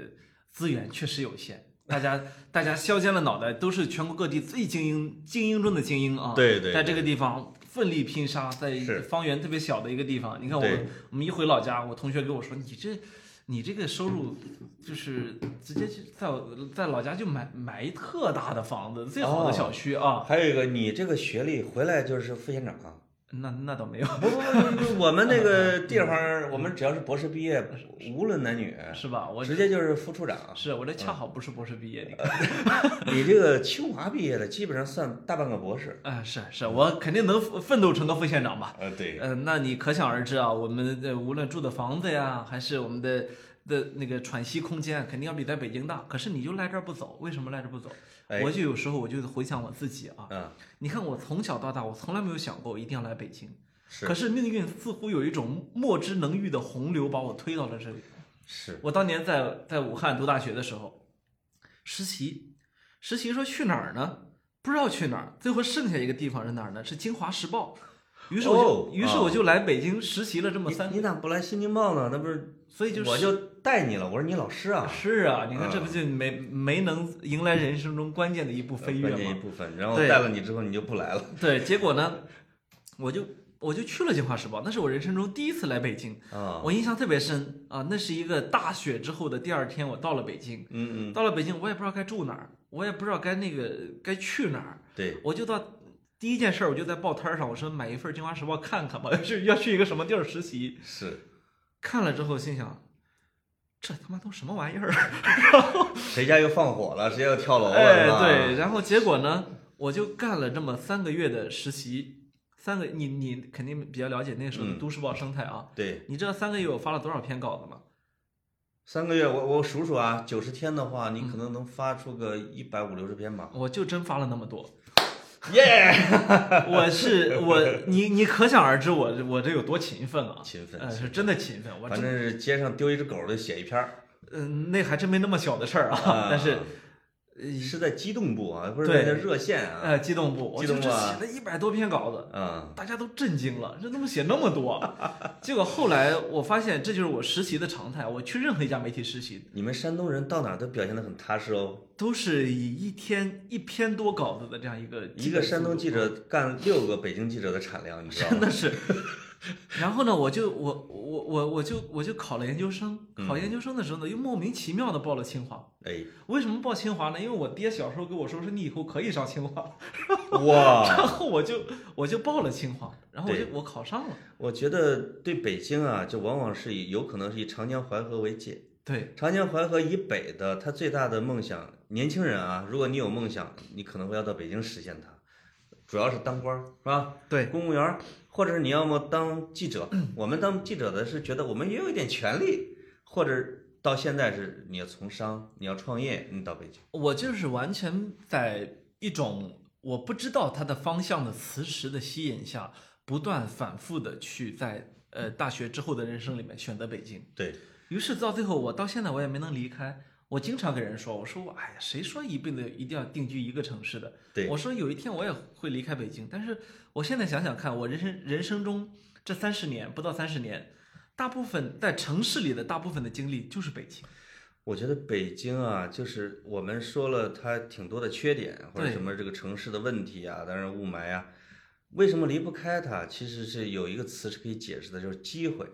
Speaker 1: 资源确实有限，大家大家削尖了脑袋，都是全国各地最精英精英中的精英啊。
Speaker 2: 对对
Speaker 1: 在这个地方奋力拼杀，在
Speaker 2: 是
Speaker 1: 方圆特别小的一个地方，你看我
Speaker 2: 对
Speaker 1: 们我们一回老家，我同学跟我说，你这。你这个收入
Speaker 2: 嗯
Speaker 1: 就是直接去在我在老家就买买一特大的房子，最好的小区啊。
Speaker 2: 还有一个，你这个学历回来就是副县长。啊
Speaker 1: 那那倒没有，
Speaker 2: 不不不不，我们那个地方，我们只要是博士毕业，无论男女，
Speaker 1: 是吧？我
Speaker 2: 直接哎就是嗯副处长。
Speaker 1: 是我这恰好不是博士毕业，你看
Speaker 2: 你这个清华毕业的，基本上算大半个博士。
Speaker 1: 啊，是是，我肯定能奋奋斗成个副县长吧。
Speaker 2: 呃，对，
Speaker 1: 嗯，那你可想而知啊，我们的无论住的房子呀，还是我们的的那个喘息空间，啊肯定要比在北京大。可是你就赖这儿不走，为什么赖这儿不走？
Speaker 2: 哎
Speaker 1: 我就有时候我就回想我自己啊，
Speaker 2: 嗯，
Speaker 1: 你看我从小到大，我从来没有想过我一定要来北京，可
Speaker 2: 是
Speaker 1: 是命运似乎有一种莫之能御的洪流把我推到了这里。
Speaker 2: 是，
Speaker 1: 我当年在在武汉读大学的时候，实习，实习说去哪儿呢？不知道去哪儿，最后剩下一个地方是哪儿呢？是《京华时报》。于是我就，
Speaker 2: 哦
Speaker 1: 于是我就来北京实习了这么
Speaker 2: 你
Speaker 1: 三，
Speaker 2: 你咋不来新京报呢？那不是
Speaker 1: 所以就是
Speaker 2: 我就带你了，我是你老师啊。
Speaker 1: 是啊，你看这不就没没能迎来人生中关键的一步飞跃
Speaker 2: 关键一
Speaker 1: 吗？
Speaker 2: 部分，然后
Speaker 1: 对
Speaker 2: 带了你之后你就不来了。
Speaker 1: 对，结果呢，我就我就去了《京华时报》，那是我人生中第一次来北京，
Speaker 2: 啊，
Speaker 1: 我印象特别深啊，那是一个大雪之后的第二天，我到了北京。
Speaker 2: 嗯嗯，
Speaker 1: 到了北京，我也不知道该住哪儿，我也不知道该那个该去哪儿，
Speaker 2: 对，
Speaker 1: 我就到第一件事儿，我就在报摊儿上，我说买一份《京华时报》看看吧，要 去要去一个什么地儿实习。
Speaker 2: 是
Speaker 1: 看了之后心想，这他妈都什么玩意儿？
Speaker 2: 谁家又放火了，谁家又跳楼 了，
Speaker 1: 哎，
Speaker 2: 是吧
Speaker 1: 对，，然后结果呢，我就干了这么三个月的实习，三个你你肯定比较了解那个时候的
Speaker 2: 嗯
Speaker 1: 都市报生态啊，
Speaker 2: 对，
Speaker 1: 你知道三个月我发了多少篇稿子吗？
Speaker 2: 三个月，我我数数啊，九十天的
Speaker 1: 嗯
Speaker 2: 话，你可能能发出个一百五六十篇吧。
Speaker 1: 我就真发了那么多，
Speaker 2: 耶、
Speaker 1: 我是我你你可想而知我我这有多勤奋啊，
Speaker 2: 勤奋
Speaker 1: 呃，是真的勤奋，我
Speaker 2: 反
Speaker 1: 真
Speaker 2: 正是街上丢一只狗的写一篇儿，
Speaker 1: 嗯那还真没那么小的事儿啊
Speaker 2: 啊，
Speaker 1: 但是呃
Speaker 2: 是在机动部啊，不是
Speaker 1: 对
Speaker 2: 在热线啊，
Speaker 1: 呃激动不，我
Speaker 2: 激
Speaker 1: 就
Speaker 2: 动
Speaker 1: 这
Speaker 2: 不啊
Speaker 1: 写了一百多篇稿子，
Speaker 2: 啊，
Speaker 1: 大家都震惊了，这怎么写那么 多？结果后来我发现这就是我实习的常态，我去任何一家媒体实习，
Speaker 2: 你们山东人到哪儿都表现得很踏实哦。
Speaker 1: 都是以一天一篇多稿子的这样一个
Speaker 2: 一个山东记
Speaker 1: 者。
Speaker 2: 者干六个北京记者的产量，你知道
Speaker 1: 真
Speaker 2: 吗？
Speaker 1: 的是。然后呢，我就我我我我就我就考了研究生，考研
Speaker 2: 嗯
Speaker 1: 究生的时候呢，又莫名其妙的报了清华。
Speaker 2: 哎，
Speaker 1: 为什么报清华呢？因为我爹小时候跟我说，说你以后可以上清华，
Speaker 2: 哇！
Speaker 1: 然后我就我就报了清华，然后我就我考上了。
Speaker 2: 我觉得对北京啊，就往往是以有可能是以长江淮河为界。
Speaker 1: 对，
Speaker 2: 长江淮河以北的，他最大的梦想，年轻人啊，如果你有梦想，你可能会要到北京实现它，主要是当官儿，是吧？
Speaker 1: 对，
Speaker 2: 公务员儿，或者是你要么当记者。我们当记者的是觉得我们也有一点权利，或者到现在是你要从商，你要创业，你到北京。
Speaker 1: 我就是完全在一种我不知道它的方向的磁石的吸引下，不断反复的去在呃大学之后的人生里面选择北京。
Speaker 2: 对，
Speaker 1: 于是到最后，我到现在我也没能离开。我经常跟人说，我说我哎呀，谁说一辈子一定要定居一个城市的？
Speaker 2: 对
Speaker 1: 我说有一天我也会离开北京。但是我现在想想看，我人生人生中这三十年，不到三十年，大部分在城市里的大部分的经历就是北京。
Speaker 2: 我觉得北京啊，就是我们说了它挺多的缺点，或者
Speaker 1: 对
Speaker 2: 什么这个城市的问题啊，当然雾霾啊，为什么离不开它？其实是有一个词是可以解释的，就是机会。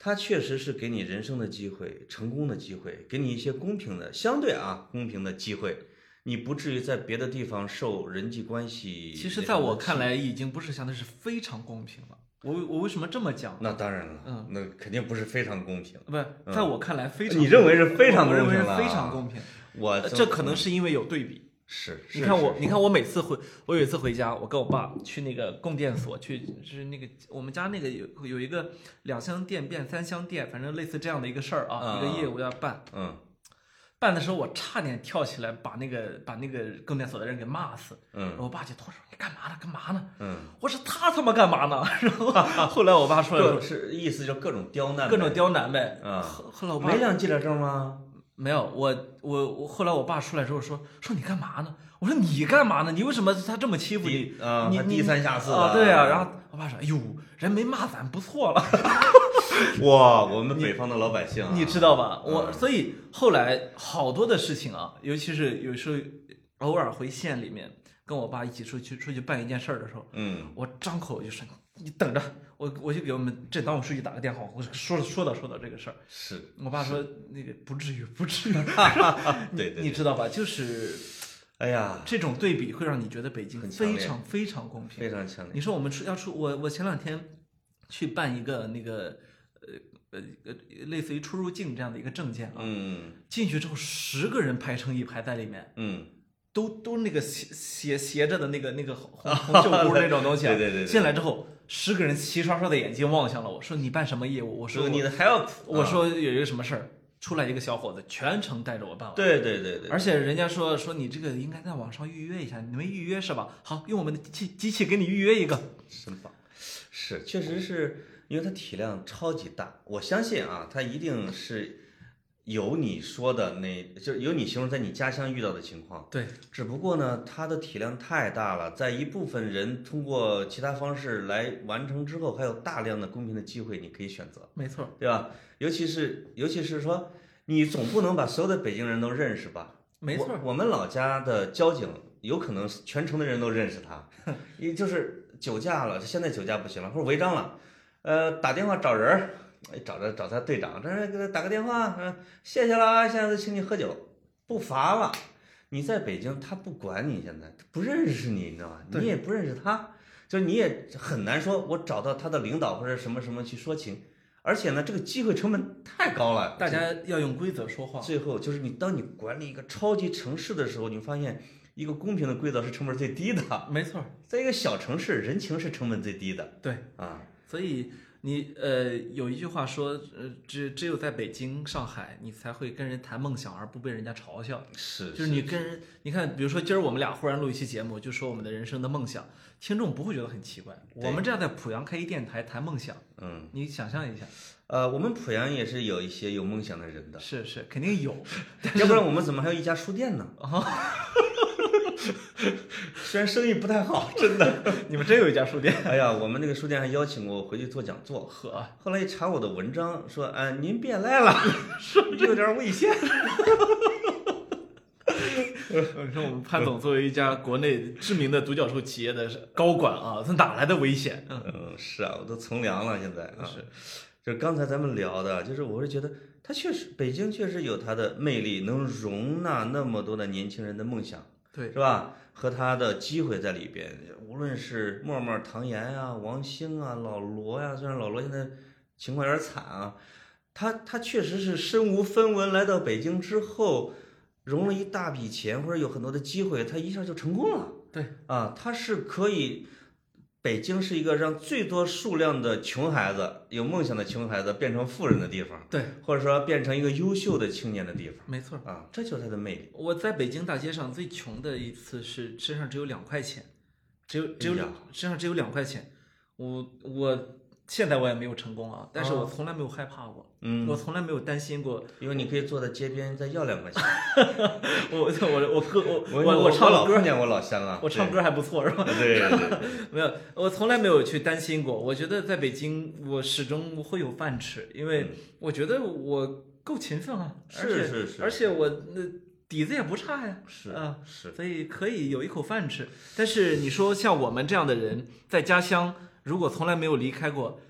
Speaker 2: 它确实是给你人生的机会、成功的机会，给你一些公平的、相对啊公平的机会，你不至于在别的地方受人际关系。
Speaker 1: 其实，在我看，来，已经不是相对是非常公平了。我我为什么这么讲？
Speaker 2: 那当然了，
Speaker 1: 嗯
Speaker 2: 那肯定不是非常公平。
Speaker 1: 不是，在我看来非常
Speaker 2: 嗯你认为是非常
Speaker 1: 我我认为
Speaker 2: 公
Speaker 1: 是
Speaker 2: 平了啊
Speaker 1: 非常公平。
Speaker 2: 我
Speaker 1: 呃这可能是因为有对比。
Speaker 2: 是，
Speaker 1: 你
Speaker 2: 是
Speaker 1: 看
Speaker 2: 是
Speaker 1: 我，你看我每次回，我有一次回家，我跟我爸去那个供电所，去就是那个我们家那个有有一个两厢电变三厢电，反正类似这样的一个事儿啊，
Speaker 2: 啊
Speaker 1: 一个业务要办。
Speaker 2: 嗯
Speaker 1: 办的时候我差点跳起来把那个把那个供电所的人给骂死，然
Speaker 2: 嗯
Speaker 1: 后我爸就拖手，你干嘛呢？干嘛呢？
Speaker 2: 嗯。
Speaker 1: 我说他他妈干嘛呢？ 然 后后来我爸说
Speaker 2: 各
Speaker 1: 了
Speaker 2: 是意思就是各种刁难呗，
Speaker 1: 各种刁难呗。
Speaker 2: 啊
Speaker 1: 后后来我爸
Speaker 2: 没亮记者证吗？
Speaker 1: 没有，我我我后来我爸出来之后说说你干嘛呢？我说你干嘛呢？你为什么他这么欺负你
Speaker 2: 低？啊
Speaker 1: 你
Speaker 2: 他
Speaker 1: 你
Speaker 2: 低三下四的
Speaker 1: 啊，对啊。然后我爸说，哎呦，人没骂咱不错了，
Speaker 2: 哇，我们北方的老百姓、啊，
Speaker 1: 你知道吧？
Speaker 2: 嗯
Speaker 1: 我所以后来好多的事情啊，尤其是有时候偶尔回县里面跟我爸一起出去出去办一件事儿的时候，
Speaker 2: 嗯，
Speaker 1: 我张口就说你等着，我我就给我们正当我书记打个电话，我说说到说到这个事儿，
Speaker 2: 是，
Speaker 1: 我爸说那个不至于不至于，
Speaker 2: 对对
Speaker 1: 你
Speaker 2: 对，
Speaker 1: 知道吧？就是
Speaker 2: 哎呀，
Speaker 1: 这种对比会让你觉得北京
Speaker 2: 很强
Speaker 1: 非
Speaker 2: 烈
Speaker 1: 常非常公平
Speaker 2: 非。常强烈
Speaker 1: 你说我们出要出我我前两天去办一个那个呃呃呃类似于出入境这样的一个证件啊，
Speaker 2: 嗯
Speaker 1: 进去之后十个人排成一排在里面，
Speaker 2: 嗯，
Speaker 1: 都都那个斜斜斜着的那个那个红 红红袖箍那种东西啊，
Speaker 2: 对对对对
Speaker 1: 进来之后十个人齐刷刷的眼睛望向了我说你办什么业务？我说
Speaker 2: 说
Speaker 1: 我
Speaker 2: 你的 help，
Speaker 1: 我
Speaker 2: 啊
Speaker 1: 说有一个什么事儿，出来一个小伙子全程带着我办完。
Speaker 2: 对对对对，
Speaker 1: 而且人家说说你这个应该在网上预约一下，你没预约是吧？好，用我们的机器机器给你预约一个。
Speaker 2: 真棒，是，确实是因为它体量超级大，我相信啊，它一定是有你说的那，就是有你形容在你家乡遇到的情况。
Speaker 1: 对，
Speaker 2: 只不过呢，它的体量太大了，在一部分人通过其他方式来完成之后，还有大量的公平的机会，你可以选择，
Speaker 1: 没错，
Speaker 2: 对吧？尤其是尤其是说，你总不能把所有的北京人都认识吧？
Speaker 1: 没错
Speaker 2: 我，我们老家的交警有可能全城的人都认识 他，也就是酒驾了，现在酒驾不行了，或者违章了，呃，打电话找人儿，哎，找着找他队长，这给他打个电话，嗯、谢谢啦，下次请你喝酒，不罚了。你在北京，他不管你，现在他不认识你，你知道吧？
Speaker 1: 对
Speaker 2: 你也不认识他，就是你也很难说，我找到他的领导或者什么什么去说情，而且呢，这个机会成本太高了，
Speaker 1: 大家要用规则说话。
Speaker 2: 最后就是你，当你管理一个超级城市的时候，你发现一个公平的规则是成本最低的，
Speaker 1: 没错，
Speaker 2: 在一个小城市，人情是成本最低的
Speaker 1: 对，
Speaker 2: 啊。
Speaker 1: 所以你呃有一句话说，呃，只只有在北京、上海，你才会跟人谈梦想而不被人家嘲笑。
Speaker 2: 是
Speaker 1: 就是你跟人，你看，比如说今儿我们俩忽然录一期节目，就说我们的人生的梦想，听众不会觉得很奇怪。
Speaker 2: 对
Speaker 1: 我们这样在濮阳开一电台谈梦想，
Speaker 2: 嗯，
Speaker 1: 你想象一下，
Speaker 2: 呃，我们濮阳也是有一些有梦想的人的，
Speaker 1: 是是肯定有，
Speaker 2: 要不然我们怎么还有一家书店呢？ 虽然生意不太好，真的。
Speaker 1: 你们真有一家书店，
Speaker 2: 哎呀，我们那个书店还邀请我回去做讲座，
Speaker 1: 呵，
Speaker 2: 后来一查我的文章，说啊、您别来了， 有点危险。
Speaker 1: 你说我们潘总作为一家国内知名的独角兽企业的高管啊，他哪来的危险？嗯，
Speaker 2: 嗯，是啊，我都从良了，现在啊。
Speaker 1: 是，
Speaker 2: 就是刚才咱们聊的，就是我是觉得它确实，北京确实有它的魅力，能容纳那么多的年轻人的梦想，
Speaker 1: 对，
Speaker 2: 是吧？和他的机会在里边，无论是沫沫、唐岩啊、王兴啊、老罗呀、虽然老罗现在情况有点惨啊，他他确实是身无分文来到北京之后，融了一大笔钱或者有很多的机会，他一下就成功了。
Speaker 1: 对
Speaker 2: 啊，他是可以。北京是一个让最多数量的穷孩子、有梦想的穷孩子变成富人的地方，
Speaker 1: 对，
Speaker 2: 或者说变成一个优秀的青年的地方
Speaker 1: 没错。
Speaker 2: 啊，这就是它的魅力。
Speaker 1: 我在北京大街上最穷的一次是身上只有两块钱，只有只有
Speaker 2: 哎呀
Speaker 1: 身上只有两块钱。我我现在我也没有成功啊，但是我从来没有害怕过，
Speaker 2: 嗯，
Speaker 1: 我从来没有担心 过。
Speaker 2: 因为你可以坐在街边再要两块钱。
Speaker 1: 我我我歌我
Speaker 2: 我
Speaker 1: 我啊唱
Speaker 2: 老
Speaker 1: 歌
Speaker 2: 碰见我老乡了，
Speaker 1: 我唱歌还不错是吧？
Speaker 2: 对，对 对对，
Speaker 1: 没有，我从来没有去担心过。我觉得在北京，我始终会有饭吃，因为我觉得我够勤奋了，而且
Speaker 2: 是是是
Speaker 1: 而且我那底子也不差呀，
Speaker 2: 嗯是
Speaker 1: 啊，
Speaker 2: 是，
Speaker 1: 所以可以有一口饭吃。但是你说像我们这样的人，在家乡如果从来没有离开过，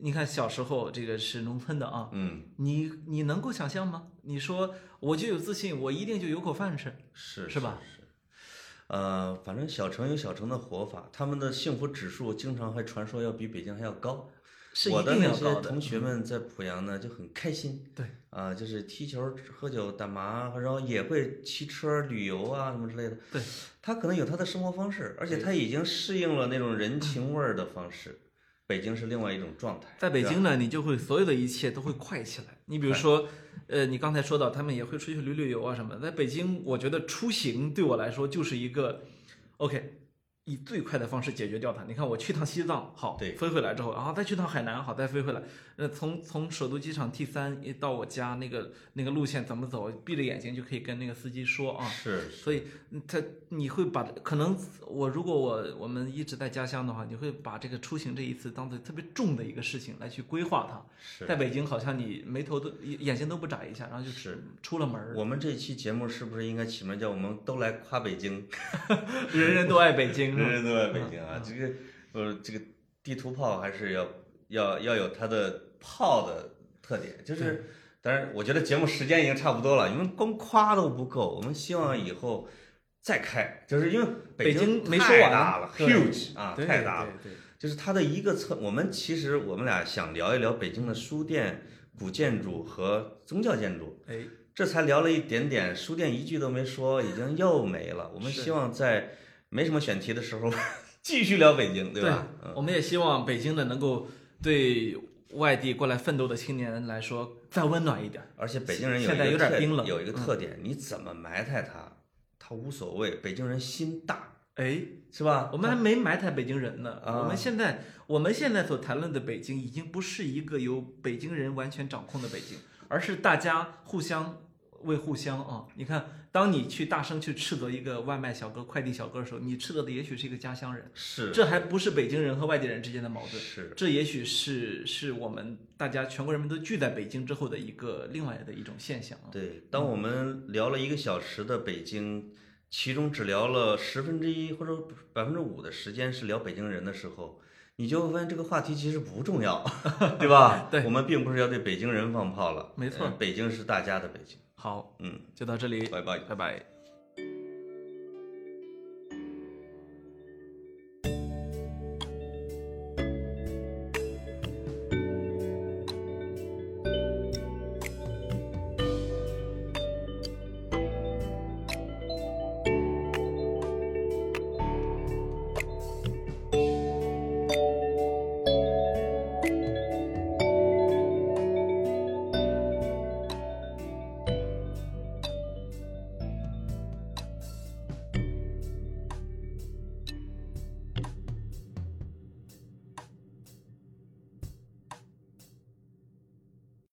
Speaker 1: 你看小时候这个是农村的啊，
Speaker 2: 嗯，
Speaker 1: 你你能够想象吗？你说我就有自信，我一定就有口饭吃，
Speaker 2: 是
Speaker 1: 是吧？
Speaker 2: 是，呃，反正小城有小城的活法，他们的幸福指数经常还传说要比北京还要高。
Speaker 1: 是
Speaker 2: 我
Speaker 1: 一
Speaker 2: 的
Speaker 1: 定
Speaker 2: 那
Speaker 1: 要
Speaker 2: 些
Speaker 1: 高的。嗯
Speaker 2: 同学们在濮阳呢就很开心，
Speaker 1: 对
Speaker 2: 啊、就是踢球、喝酒、打麻，然后也会骑车旅游啊什么之类的。
Speaker 1: 对，
Speaker 2: 他可能有他的生活方式，而且他已经适应了那种人 情味儿的方式。北京是另外一种状态，
Speaker 1: 在北
Speaker 2: 对啊吧
Speaker 1: 京呢，你就会所有的一切都会快起来。你比如说，呃，你刚才说到他们也会出去旅旅游啊什么的。在北京，我觉得出行对我来说就是一个，OK，以最快的方式解决掉它。你看，我去趟西藏，好，
Speaker 2: 对
Speaker 1: 飞回来之后，然后再去趟海南，好，再飞回来。那从从首都机场 T 三到我家那个那个路线怎么走，闭着眼睛就可以跟那个司机说啊，
Speaker 2: 是
Speaker 1: 所以嗯他你会把可能我如果我我们一直在家乡的话，你会把这个出行这一次当做特别重的一个事情来去规划它。
Speaker 2: 是。
Speaker 1: 在北京，好像你眉头都眼眼睛都不眨一下，然后就是出了门 儿，
Speaker 2: 我们这期节目是不是应该起名叫“我们都来夸北京
Speaker 1: 人人都爱北”？京，
Speaker 2: 人
Speaker 1: 是吧
Speaker 2: 人都来北京
Speaker 1: 嗯
Speaker 2: 啊！这个呃，这个地图炮还是要要要有它的炮的特点，
Speaker 1: 嗯
Speaker 2: 就是。当然，我觉得节目时间已经差不多了，因为光夸都不够。我们希望以后再开，就是因为
Speaker 1: 北
Speaker 2: 京
Speaker 1: 京没说
Speaker 2: 太
Speaker 1: 完
Speaker 2: 大了
Speaker 1: 对
Speaker 2: ，huge 啊，
Speaker 1: 对
Speaker 2: 太大了。
Speaker 1: 对对
Speaker 2: 就是它的一个侧，我们其实我们俩想聊一聊北京的书店、古建筑和宗教建筑。
Speaker 1: 对，哎，
Speaker 2: 这才聊了一点点，书店一句都没说，已经又没了。我们
Speaker 1: 是
Speaker 2: 希望在没什么选题的时候 继续聊北京，对吧？嗯
Speaker 1: 我们也希望北京的能够对外地过来奋斗的青年来说再温暖一点。
Speaker 2: 而且北京人有一
Speaker 1: 现在
Speaker 2: 个
Speaker 1: 有点
Speaker 2: 特
Speaker 1: 冰冷嗯
Speaker 2: 有一个特点，你怎么埋汰他，他无所谓。北京人心大，
Speaker 1: 哎，
Speaker 2: 是吧？
Speaker 1: 我们还没埋汰北京人呢。
Speaker 2: 啊
Speaker 1: 我们现在我们现在所谈论的北京，已经不是一个由北京人完全掌控的北京，而是大家互相为互相啊。你看，当你去大声去斥责一个外卖小哥、快递小哥的时候，你斥责的也许是一个家乡人，
Speaker 2: 是
Speaker 1: 这还不是北京人和外地人之间的矛盾。
Speaker 2: 是
Speaker 1: 这也许是是我们大家全国人民都聚在北京之后的一个另外的一种现象啊。
Speaker 2: 对。当我们聊了一个小时的北京，其中只聊了十分之一或者百分之五的时间是聊北京人的时候。你就会发现这个话题其实不重要， 对 吧？
Speaker 1: 对
Speaker 2: 我们并不是要对北京人放炮了，
Speaker 1: 没错
Speaker 2: 呃北京是大家的北京。
Speaker 1: 好，
Speaker 2: 嗯，
Speaker 1: 就到这里，
Speaker 2: 拜拜。
Speaker 1: 拜拜